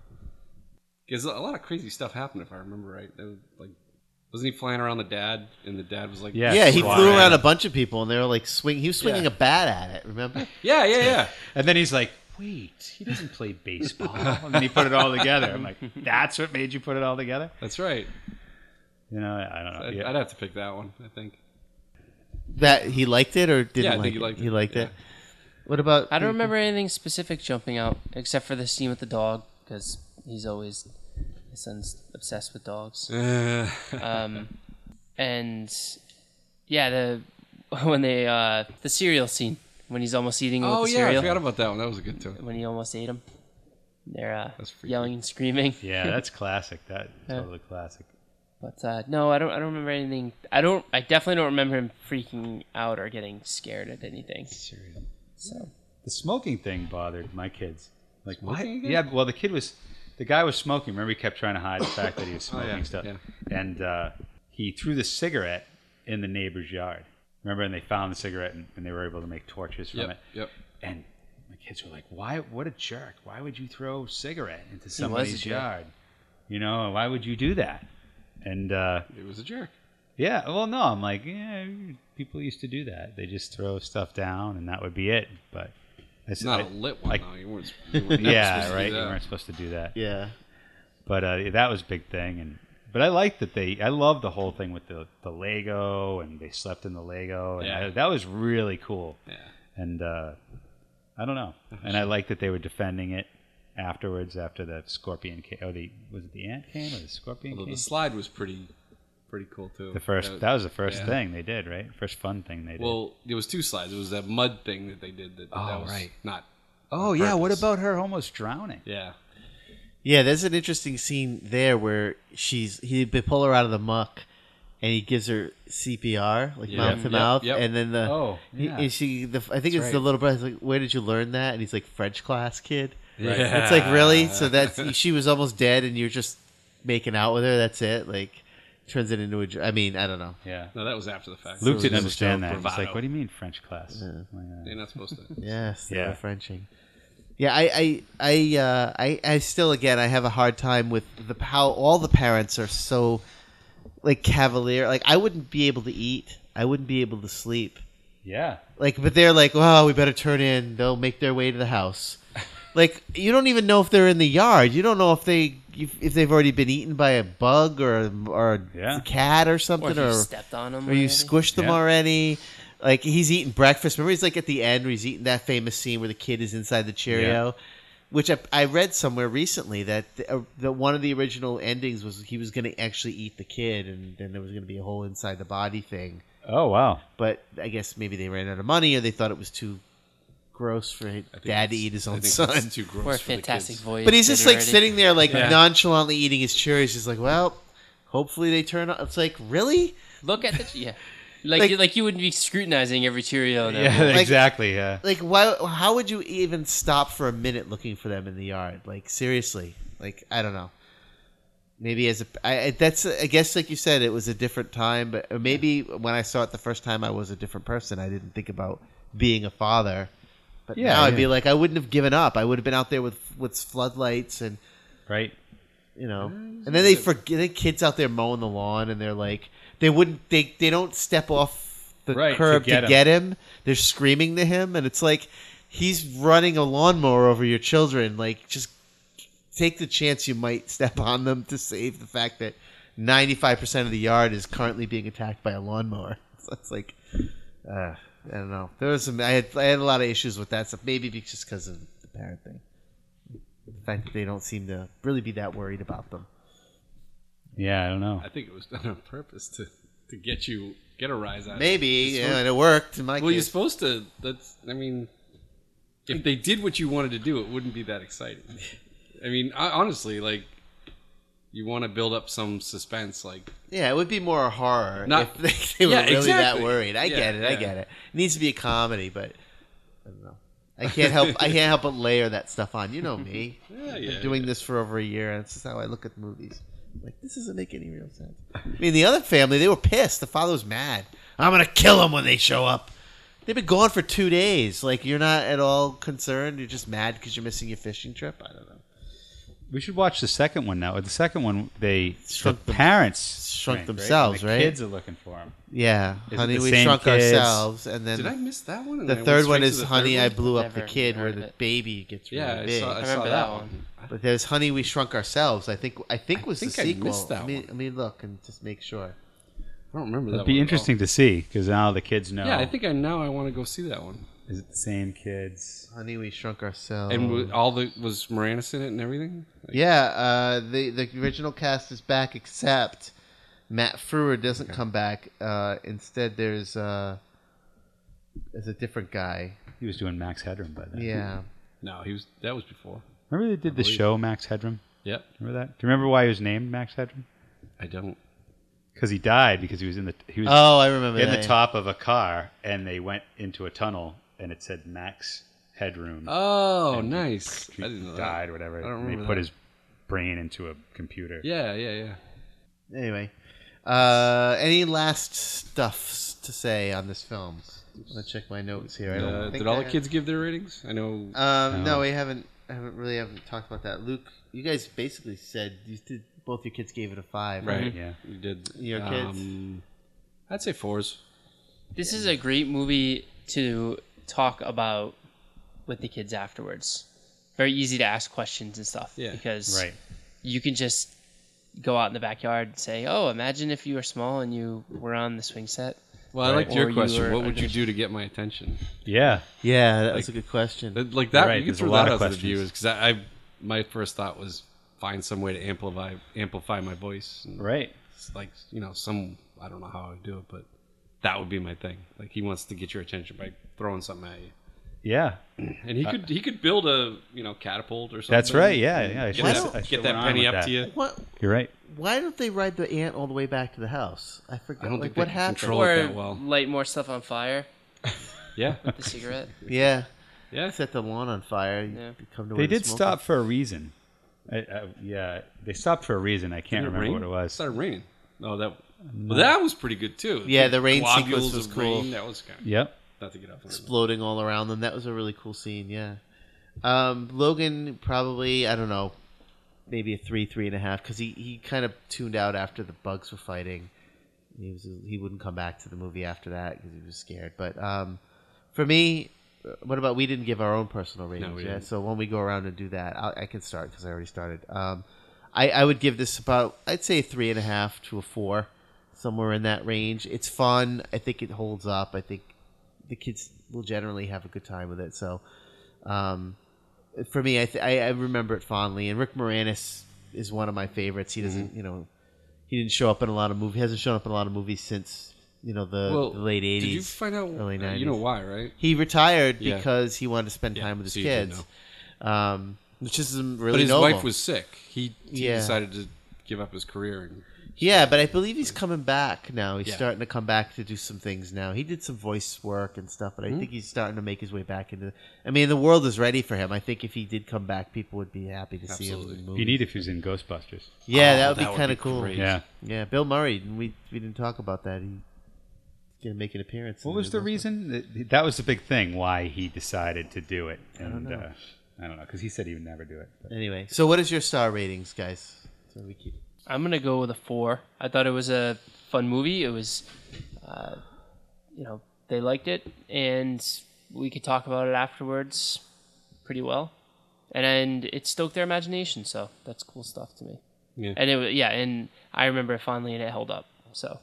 S4: because a lot of crazy stuff happened, if I remember right. There was, like, wasn't he flying around the dad, and the dad was like,
S5: Yeah.
S1: yeah, he
S5: Why?
S1: flew around a bunch of people and they were like swing. He was swinging
S4: Yeah.
S1: a bat at it. Remember?
S4: yeah, yeah, yeah.
S5: And then he's like, wait, he doesn't play baseball. and then he put it all together. I'm like, that's what made you put it all together?
S4: That's right.
S5: You know, I I don't know.
S4: I'd,
S5: Yeah.
S4: I'd have to pick that one. I think.
S1: That he liked it or didn't
S4: Yeah, I
S1: like
S4: think he
S1: it?
S4: liked
S1: He
S4: it,
S1: liked
S4: yeah.
S1: it. What about?
S2: I don't remember anything specific jumping out except for the scene with the dog because he's always his son's obsessed with dogs.
S4: Uh,
S2: Um, and yeah, the when they uh, the cereal scene when he's almost eating
S4: oh
S2: with the
S4: yeah, I
S2: cereal
S4: forgot about that one. That was a good one.
S2: when he almost ate him. They're uh,
S4: That's freaky.
S2: yelling and screaming.
S5: yeah, that's classic. That
S2: Yeah.
S5: totally classic.
S2: But uh, no, I don't. I don't remember anything. I don't. I definitely don't remember him freaking out or getting scared at anything. So
S5: The smoking thing bothered my kids. Like what?
S4: Smoking again?
S5: Yeah, well, the kid was, the guy was smoking. Remember, he kept trying to hide the fact that he was smoking
S4: Oh, yeah,
S5: stuff,
S4: yeah.
S5: and uh, he threw the cigarette in the neighbor's yard. Remember, and they found the cigarette, and, and they were able to make torches from
S4: Yep.
S5: it.
S4: Yep.
S5: And my kids were like, "Why? What a jerk! Why would you throw cigarette into
S2: a
S5: somebody's
S2: jerk.
S5: yard? You know, why would you do that?" And uh,
S4: It was a jerk.
S5: yeah, well, no, I'm like, yeah, people used to do that. They just throw stuff down, and that would be it. But it's
S4: It's not
S5: a
S4: a lit one.
S5: I-
S4: though. You weren't. You weren't never supposed
S5: yeah,
S4: to do
S5: right. You
S4: that.
S5: weren't supposed to do that.
S1: Yeah.
S5: But uh, that was a big thing, and but I liked that they. I loved the whole thing with the the Lego, and they slept in the Lego, and
S4: Yeah.
S5: I- that was really cool.
S4: Yeah.
S5: And uh, I don't know, and I liked that they were defending it afterwards after the scorpion came, or the was it the ant came or the scorpion
S4: Although
S5: came?
S4: the slide was pretty, pretty cool too.
S5: The first that was the first
S4: yeah.
S5: thing they did, right? First fun thing they did.
S4: Well, there was two slides. It was that mud thing that they did. That,
S5: Oh,
S4: that was
S5: right.
S4: Not.
S5: oh yeah, what
S4: purpose.
S5: about her almost drowning?
S4: Yeah.
S1: Yeah, there's an interesting scene there where she's he they pull her out of the muck, and he gives her CPR, like
S4: Yeah.
S1: mouth to
S4: Yep,
S1: mouth,
S4: yep.
S1: and then the
S5: Oh,
S1: he-
S5: yeah.
S1: and she the I think it's
S4: right.
S1: the little brother's like, where did you learn that? And he's like French class kid.
S4: Right.
S1: It's like really so
S5: e-
S1: that's she was almost dead, and you're just making out with her. That's it. Like turns it into a. dr- I mean, I don't know.
S5: Yeah.
S4: No, that was after the fact.
S5: Luke
S1: So
S5: didn't
S1: it was just a
S5: understand that. He's
S4: bravado.
S5: like, "What do you mean French class?" uh, Yeah.
S4: They're not supposed to.
S1: Yes, they
S5: Yeah.
S1: were Frenching. Yeah, I, I, I, uh, I, I still again, I have a hard time with the how all the parents are so like cavalier. Like I wouldn't be able to eat. I wouldn't be able to sleep.
S5: yeah.
S1: Like, but they're like, well, we better turn in. They'll make their way to the house. Like you don't even know if they're in the yard. You don't know if they if if they've already been eaten by a bug or or a
S5: Yeah.
S1: cat or
S2: Or if
S1: something
S2: you
S1: or
S2: stepped on them.
S1: or you squished them
S5: Yeah.
S1: already. Like he's eating breakfast. Remember, he's like at the end where he's eating that famous scene where the kid is inside the Cheerio, which I, I read somewhere recently that the, uh, that one of the original endings was he was going to actually eat the kid, and then there was going to be a whole inside the body thing.
S5: Oh wow.
S1: But I guess maybe they ran out of money, or they thought it was too gross for his
S4: I think
S1: dad to
S4: it's-
S1: eat his
S4: I
S1: own
S4: think
S1: son.
S4: it's too gross
S2: We're a
S4: for the
S2: fantastic
S4: kids.
S2: voyage.
S1: But he's just like
S2: already.
S1: sitting there, like
S4: Yeah.
S1: nonchalantly eating his Cheerios. He's like, well. Hopefully they turn up. It's like really,
S2: Look at the yeah. Like,
S1: Like-
S2: you- like you wouldn't be scrutinizing every Cheerio. Now.
S5: Yeah,
S1: Like-
S5: exactly. Yeah.
S1: like why how would you even stop for a minute looking for them in the yard like seriously like i don't know maybe as a I, I- that's i guess like you said it was a different time but or maybe when i saw it the first time i was a different person i didn't think about being a father but
S5: Yeah,
S1: now i'd
S5: yeah.
S1: be like i wouldn't have given up i would have been out there with with floodlights and
S5: Right.
S1: you know
S5: Mm-hmm.
S1: and then they forget the kids out there mowing the lawn and they're like they wouldn't they they don't step off the
S5: Right, to
S1: curb to get,
S5: get him.
S1: him. they're screaming to him and it's like he's running a lawnmower over your children like just take the chance you might step on them to save the fact that 95% of the yard is currently being attacked by a lawnmower so it's like uh, i don't know there was some I had, I had a lot of issues with that stuff maybe be- just because of the parent thing the fact that they don't seem to really be that worried about them
S5: Yeah. I don't know.
S4: I think it was done on purpose to to get you get a rise out. of it.
S1: Maybe,
S4: It's
S1: yeah,
S4: sort
S1: and it worked. In my
S4: of- Well, you're
S1: case.
S4: supposed to. That's. I mean, if they did what you wanted to do, it wouldn't be that exciting. I mean, I, honestly, like you want to build up some suspense, like
S1: yeah, it would be more a horror
S4: Not-
S1: if they, they were
S4: Yeah,
S1: really that
S4: exactly.
S1: worried. I
S4: Yeah,
S1: get it. I
S4: yeah.
S1: get it. It needs to be a comedy, but I don't know. I can't help. I can't help but layer that stuff on. You know me. I've
S4: yeah,
S1: been
S4: yeah,
S1: doing this for over a year, and this is how I look at movies. I'm like this doesn't make any real sense. I mean, the other family they were pissed. The father was mad. I'm gonna kill them when they show up. They've been gone for two days. Like you're not at all concerned. You're just mad because you're missing your fishing trip. I don't know.
S5: We should watch the second one now. The second one, they
S1: Shrunk
S5: the
S1: them-
S5: parents
S1: shrunk
S5: right? And
S1: themselves,
S5: the
S1: right?
S5: Kids are looking for him.
S1: Yeah,
S5: Is it
S1: honey,
S5: the
S1: we
S5: same
S1: shrunk
S5: kids?
S1: ourselves, and then
S4: Did I miss that one? And
S1: The
S4: I went
S1: third one
S4: straight to
S1: is
S4: the
S1: Honey,
S4: third
S1: I
S4: one?
S1: blew up the
S2: Never
S1: kid, where
S2: heard of
S1: the
S2: it.
S1: baby gets really
S4: Yeah, I
S1: big.
S4: saw, I
S2: I
S4: saw
S2: remember
S4: that,
S2: that
S4: one.
S1: But there's Honey, we shrunk ourselves. I think I think
S4: I
S1: was
S4: think
S1: the
S4: I
S1: sequel.
S4: missed that
S1: I mean,
S4: one.
S1: I mean, look and just make sure.
S4: I don't remember that.
S5: It'd
S4: one
S5: be
S4: at all.
S5: interesting to see because now the kids know.
S4: Yeah, I think I now I want to go see that one.
S5: is it the same kids?
S1: Honey, we shrunk ourselves.
S4: And w- all the was Moranis in it and everything. Like,
S1: yeah, uh, the the original cast is back, except Matt Frewer doesn't come back. Uh, instead, there's uh, there's a different guy.
S5: He was doing Max Headroom by then.
S1: Yeah,
S4: No, he was. That was before.
S5: Remember they did the show Max Headroom?
S4: Yep.
S5: Remember that? Do you remember why he was named Max Headroom?
S4: I don't.
S5: Because he died because he was in the he was
S1: oh, I remember
S5: in
S1: that.
S5: the top of a car and they went into a tunnel and it said Max Headroom.
S4: Oh,
S5: And he-
S4: nice.
S5: he
S4: I didn't know that.
S5: died or whatever.
S4: I don't
S5: and they
S4: remember
S5: put
S4: that.
S5: his brain into a computer.
S4: Yeah, yeah, yeah.
S1: Anyway, uh, any last stuffs to say on this film? I'm gonna check my notes here. I don't
S4: Uh,
S1: think
S4: did all
S1: I
S4: the
S1: have-
S4: kids give their ratings? I know.
S1: Um, no.
S5: No.
S1: we haven't. Haven't really haven't talked about that. Luke, you guys basically said you did. Both your kids gave it a five,
S4: right.
S5: Yeah.
S4: You did.
S1: Your kids?
S4: Um, I'd say fours.
S2: This is a great movie to talk about with the kids afterwards. Very easy to ask questions and stuff.
S4: Yeah.
S2: Because
S5: Right.
S2: you can just go out in the backyard and say, "Oh, imagine if you were small and you were on the swing set."
S4: Well, I
S5: Right.
S4: liked your
S2: Or you
S4: question.
S2: were
S4: what would you
S2: under-
S4: do to get my attention?
S5: Yeah.
S1: Yeah, that was a good question.
S4: That- Like that.
S5: Right,
S4: you can
S5: there's a
S4: throw
S5: lot
S4: that
S5: of
S4: out to the
S5: questions.
S4: viewers because I, I, my first thought was find some way to amplify amplify my voice. and
S5: Right.
S4: it's like you know some I don't know how I would do it, but that would be my thing. Like he wants to get your attention by throwing something at you.
S5: Yeah,
S4: and he could he could build a you know catapult or something.
S5: Uh, that's right. Yeah, yeah. I
S4: Get
S5: should've-
S1: don't-
S4: that,
S5: I
S4: get
S5: should've
S4: that
S5: went on
S4: penny
S5: with
S4: up
S5: that.
S4: to you.
S1: What?
S5: You're right.
S1: Why don't they ride the ant all the way back to the house? I forget.
S4: I don't
S1: like
S4: think
S1: what
S4: they can
S1: happened.
S4: control-
S2: or
S4: that well.
S2: light more stuff on fire.
S4: Yeah,
S2: The cigarette.
S1: Yeah,
S4: yeah.
S1: set the lawn on fire. you
S2: Yeah.
S1: Come to where
S5: They
S1: the
S5: did
S1: smoke
S5: stop
S1: is.
S5: for a reason. I, I, yeah, they stopped for a reason. I can't
S4: Did
S5: remember
S4: rain?
S5: what it
S4: It
S5: was.
S4: started raining. Oh, that well, that was pretty good too.
S1: Yeah, the rain
S4: globules
S1: sequence was
S4: of
S1: cool.
S4: Rain, that was kind of,
S5: Yep.
S4: not to get off. on that.
S1: Exploding all around them. That was a really cool scene. Yeah. Um, Logan probably I don't know, maybe a three, three and a half because he he kind of tuned out after the bugs were fighting. He was he wouldn't come back to the movie after that because he was scared. But um, for me. uh, What about we didn't give our own personal ratings?
S4: we
S1: yeah,
S4: didn't.
S1: so when we go around and do that, I, I can start because I already started. Um, I, I would give this about I'd say a three and a half to a four, somewhere in that range. It's fun. I think it holds up. I think the kids will generally have a good time with it. So, um, for me, I, th- I I remember it fondly. And Rick Moranis is one of my favorites. He doesn't,
S4: Mm-hmm.
S1: you know, he didn't show up in a lot of movies. He hasn't shown up in a lot of movies since you know the,
S4: Well,
S1: the late
S4: Did you
S1: eighties.
S4: find out?
S1: early
S4: uh, you know why, right?
S1: He retired
S4: Yeah.
S1: because he wanted to spend
S4: Yeah,
S1: time with his
S4: so you did
S1: kids, um, which is really
S4: But his
S1: noble.
S4: wife was sick. He, he
S1: Yeah.
S4: decided to give up his career and
S1: Yeah, but I believe he's coming back now. He's
S4: Yeah.
S1: starting to come back to do some things now. He did some voice work and stuff, but
S4: Mm-hmm.
S1: I think he's starting to make his way back into. I mean, the world is ready for him. I think if he did come back, people would be happy to see
S4: Absolutely.
S1: him. In
S4: You
S1: the
S5: You
S1: movie.
S5: need if he was in Ghostbusters.
S1: yeah,
S4: Oh,
S1: that would
S4: that
S1: be
S4: would
S1: kind of
S4: be
S1: cool.
S4: great.
S5: Yeah.
S1: Yeah, Bill Murray. We we didn't talk about that. He's gonna make an appearance.
S5: What
S1: in
S5: was the
S1: Ghostbusters.
S5: reason? That- That was the big thing. Why he decided to do it. And, I don't know. Uh, I don't know because he said he would never do it. But
S1: Anyway, so what is your star ratings, guys? So we keep.
S2: I'm gonna go with a four. I thought it was a fun movie. It was, uh, you know, they liked it, and we could talk about it afterwards, pretty well, and it stoked their imagination. So that's cool stuff to me.
S4: Yeah.
S2: And it wa- yeah, and I remember it fondly, and it held up. So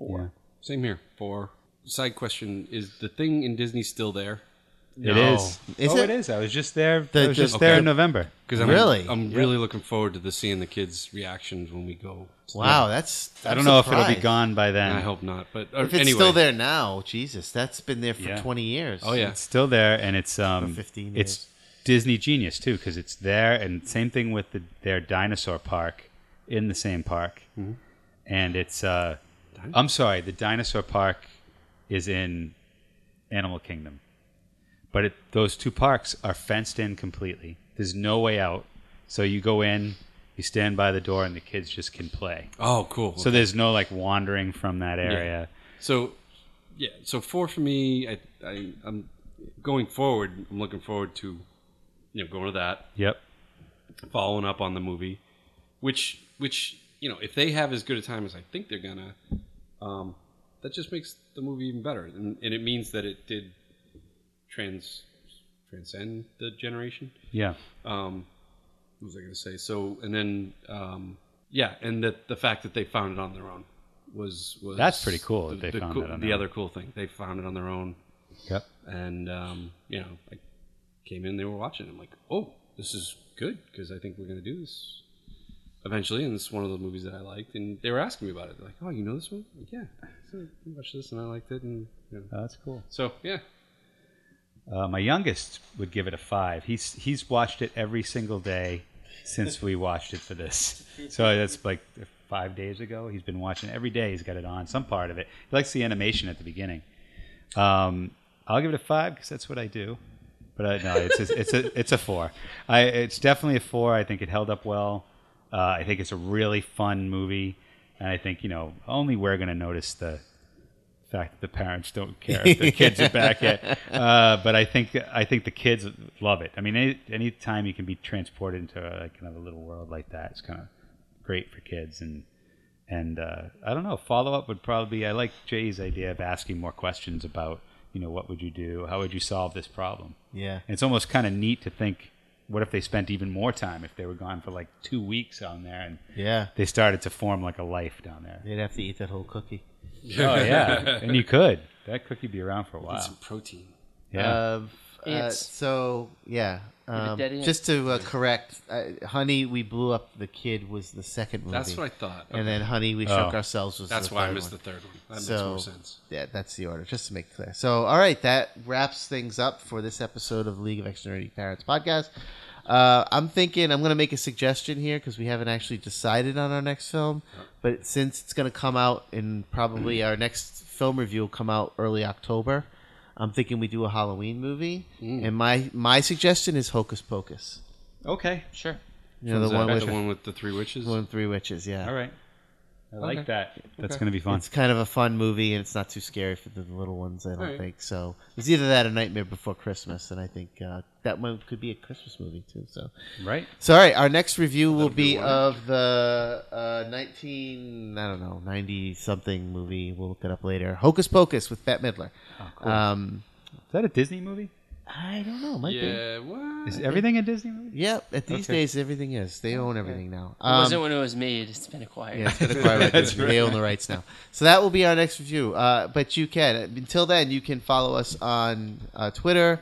S5: yeah.
S4: same here. Four. Side question: Is the thing in Disney still there?
S5: It is.
S1: Is
S5: oh,
S1: it?
S5: it is. I was just there.
S1: The-
S5: I was
S1: the-
S5: just there
S4: Okay.
S5: in November.
S4: Because I'm
S1: Really?
S4: I'm really looking forward to the seeing the kids' reactions when we go.
S1: Wow, that's.
S5: I
S1: I'm
S5: don't know if it'll be
S1: surprised.
S5: gone by then.
S4: I hope not, but uh,
S1: If it's
S4: anyway,
S1: still there now, Jesus, that's been there for
S5: Yeah.
S1: twenty years.
S4: Oh yeah,
S5: It's still there, and it's um,
S1: 15 years.
S5: it's Disney genius too, because it's there, and same thing with the, their dinosaur park in the same park, and it's. Uh, I'm sorry, the dinosaur park is in Animal Kingdom, but it, those two parks are fenced in completely. There's no way out, so you go in, you stand by the door, and the kids just can play.
S4: Oh, cool.
S5: So there's no like wandering from that area.
S4: So, yeah. So four for me. I, I I'm going forward. I'm looking forward to you know going to that,
S5: Yep.
S4: following up on the movie, which which you know if they have as good a time as I think they're gonna, um, that just makes the movie even better, and, and it means that it did trans transcend the generation.
S5: Yeah.
S4: Um, what was I going to say? So and then um, yeah, and that the fact that they found it on their own was was
S5: That's pretty cool
S4: The,
S5: that they
S4: the
S5: found
S4: cool-
S5: it on
S4: the
S5: their
S4: other cool thing they found it on their own,
S5: Yep.
S4: and um, you know I came in, they were watching. I'm like, oh, this is good because I think we're going to do this eventually, and it's one of the movies that I liked. And they were asking me about it. They're like, oh, you know this one? I'm like, yeah, so I watched this and I liked it, and you know.
S5: Oh, that's cool.
S4: so yeah,
S5: Uh, my youngest would give it a five. He's he's watched it every single day since we watched it for this. So that's like five days ago. He's been watching it every day. He's got it on some part of it. He likes the animation at the beginning. Um, I'll give it a five because that's what I do. But uh, no, it's a, it's a it's a four. I it's definitely a four. I think it held up well. Uh, I think it's a really fun movie, and I think you know only we're gonna notice the fact that the parents don't care if their kids are back yet. Uh, but I think I think the kids love it. I mean, any, any time you can be transported into a, like kind of a little world like that, it's kind of great for kids. And and uh, I don't know, follow up would probably be. I like Jay's idea of asking more questions about you know what would you do, how would you solve this problem.
S1: Yeah.
S5: And it's almost kind of neat to think, what if they spent even more time if they were gone for like two weeks on there and
S1: Yeah.
S5: they started to form like a life down there.
S1: They'd have to eat that whole cookie.
S5: Oh yeah, and you could. That cookie be around for a while.
S4: some protein.
S5: Yeah.
S1: Uh, Uh,
S2: Ants.
S1: so yeah, um,
S2: dead ant.
S1: just to uh, correct, uh, Honey, we blew up the kid was the second movie.
S4: That's what I thought.
S1: And then Honey, we shook ourselves was
S4: That's
S1: the
S4: why I
S1: third
S4: missed
S1: one.
S4: the third one. That makes
S1: So-
S4: more sense.
S1: Yeah, that's the order. Just to make clear. So, all right, that wraps things up for this episode of League of Extraordinary Parents podcast. Uh, I'm thinking I'm going to make a suggestion here because we haven't actually decided on our next film, but since it's going to come out in probably our next film review will come out early October, I'm thinking we do a Halloween movie.
S4: Mm.
S1: And my my suggestion is Hocus Pocus.
S5: Okay.
S2: Sure.
S1: You know,
S4: Is
S1: the
S4: that
S1: one with
S4: the one with the three witches?
S1: one with three witches. Yeah.
S5: All right. I like
S4: Okay.
S5: that. That's going to be fun.
S1: It's kind of a fun movie, and it's not too scary for the little ones. I don't
S4: Alright.
S1: think so. It's either that or Nightmare Before Christmas, and I think uh, that one could be a Christmas movie too. So,
S5: right?
S1: so all right, our next review will be of the uh, nineteen I don't know ninety something movie. We'll look it up later. Hocus Pocus with Bette Midler. um,
S5: Is that a Disney movie?
S1: I don't know. Might be.
S4: yeah, what?
S5: Is everything a Disney movie?
S1: Yeah, at these
S5: Okay.
S1: days everything is. They own everything now.
S2: it
S1: Um,
S2: wasn't when it was made. It's been acquired.
S1: Yeah, it's been acquired by
S4: That's
S1: Disney. They own the rights now. So that will be our next review. Uh, but you can until then, you can follow us on uh, Twitter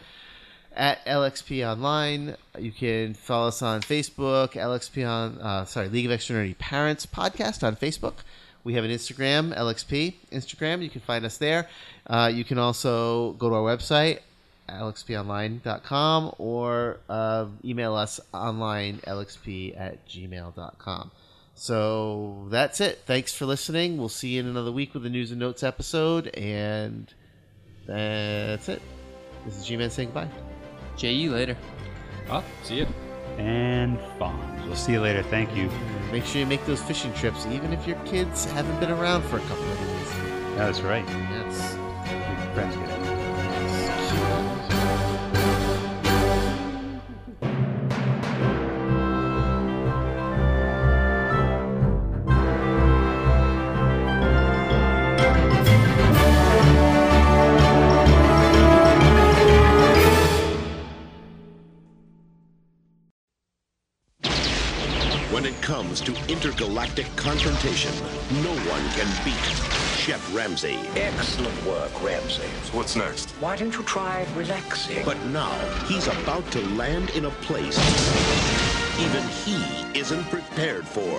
S1: at LXP Online. You can follow us on Facebook, LXP on uh, sorry, League of Extraordinary Parents podcast on Facebook. We have an Instagram, LXP Instagram. You can find us there. Uh, you can also go to our website, lxponline.com, or uh, email us online, lxp at gmail.com. So that's it. Thanks for listening. We'll see you in another week with the news and notes episode. And that's it. This is G Man saying goodbye.
S2: JE later.
S4: Ah, see ya.
S5: And fun. We'll see you later. Thank you.
S1: Make sure you make those fishing trips, even if your kids haven't been around for a couple of days.
S5: That's right.
S1: That's.
S5: Your friends get it.
S9: When it comes to intergalactic confrontation, no one can beat Chef Ramsay.
S10: Excellent work, Ramsey. So what's next? Why don't you try relaxing?
S9: But now he's about to land in a place even he isn't prepared for.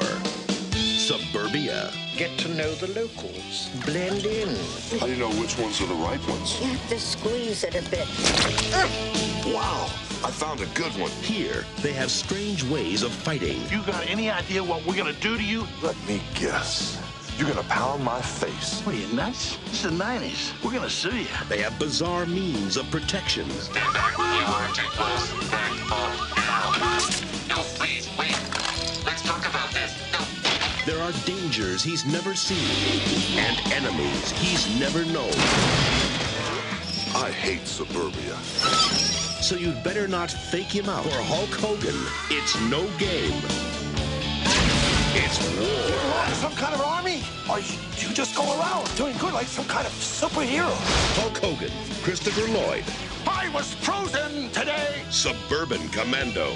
S9: Suburbia.
S10: Get to know the locals. Blend in.
S11: How do you know which ones are the right ones?
S7: You have to squeeze it a bit.
S11: Wow, I found a good one.
S9: Here, they have strange ways of fighting
S10: You got any idea what we're gonna do to you?
S11: Let me guess. You're gonna pound my face.
S10: What are you nuts? It's the 90s. We're gonna sue you.
S9: They have bizarre means of protection. There are dangers he's never seen and enemies he's never known.
S11: I hate suburbia.
S9: So you'd better not fake him out. For Hulk Hogan, it's no game. It's war.
S10: Some kind of army? Or you, you just go around doing good like some kind of superhero?
S9: Hulk Hogan, Christopher Lloyd,
S10: I was frozen today!
S9: Suburban Commando.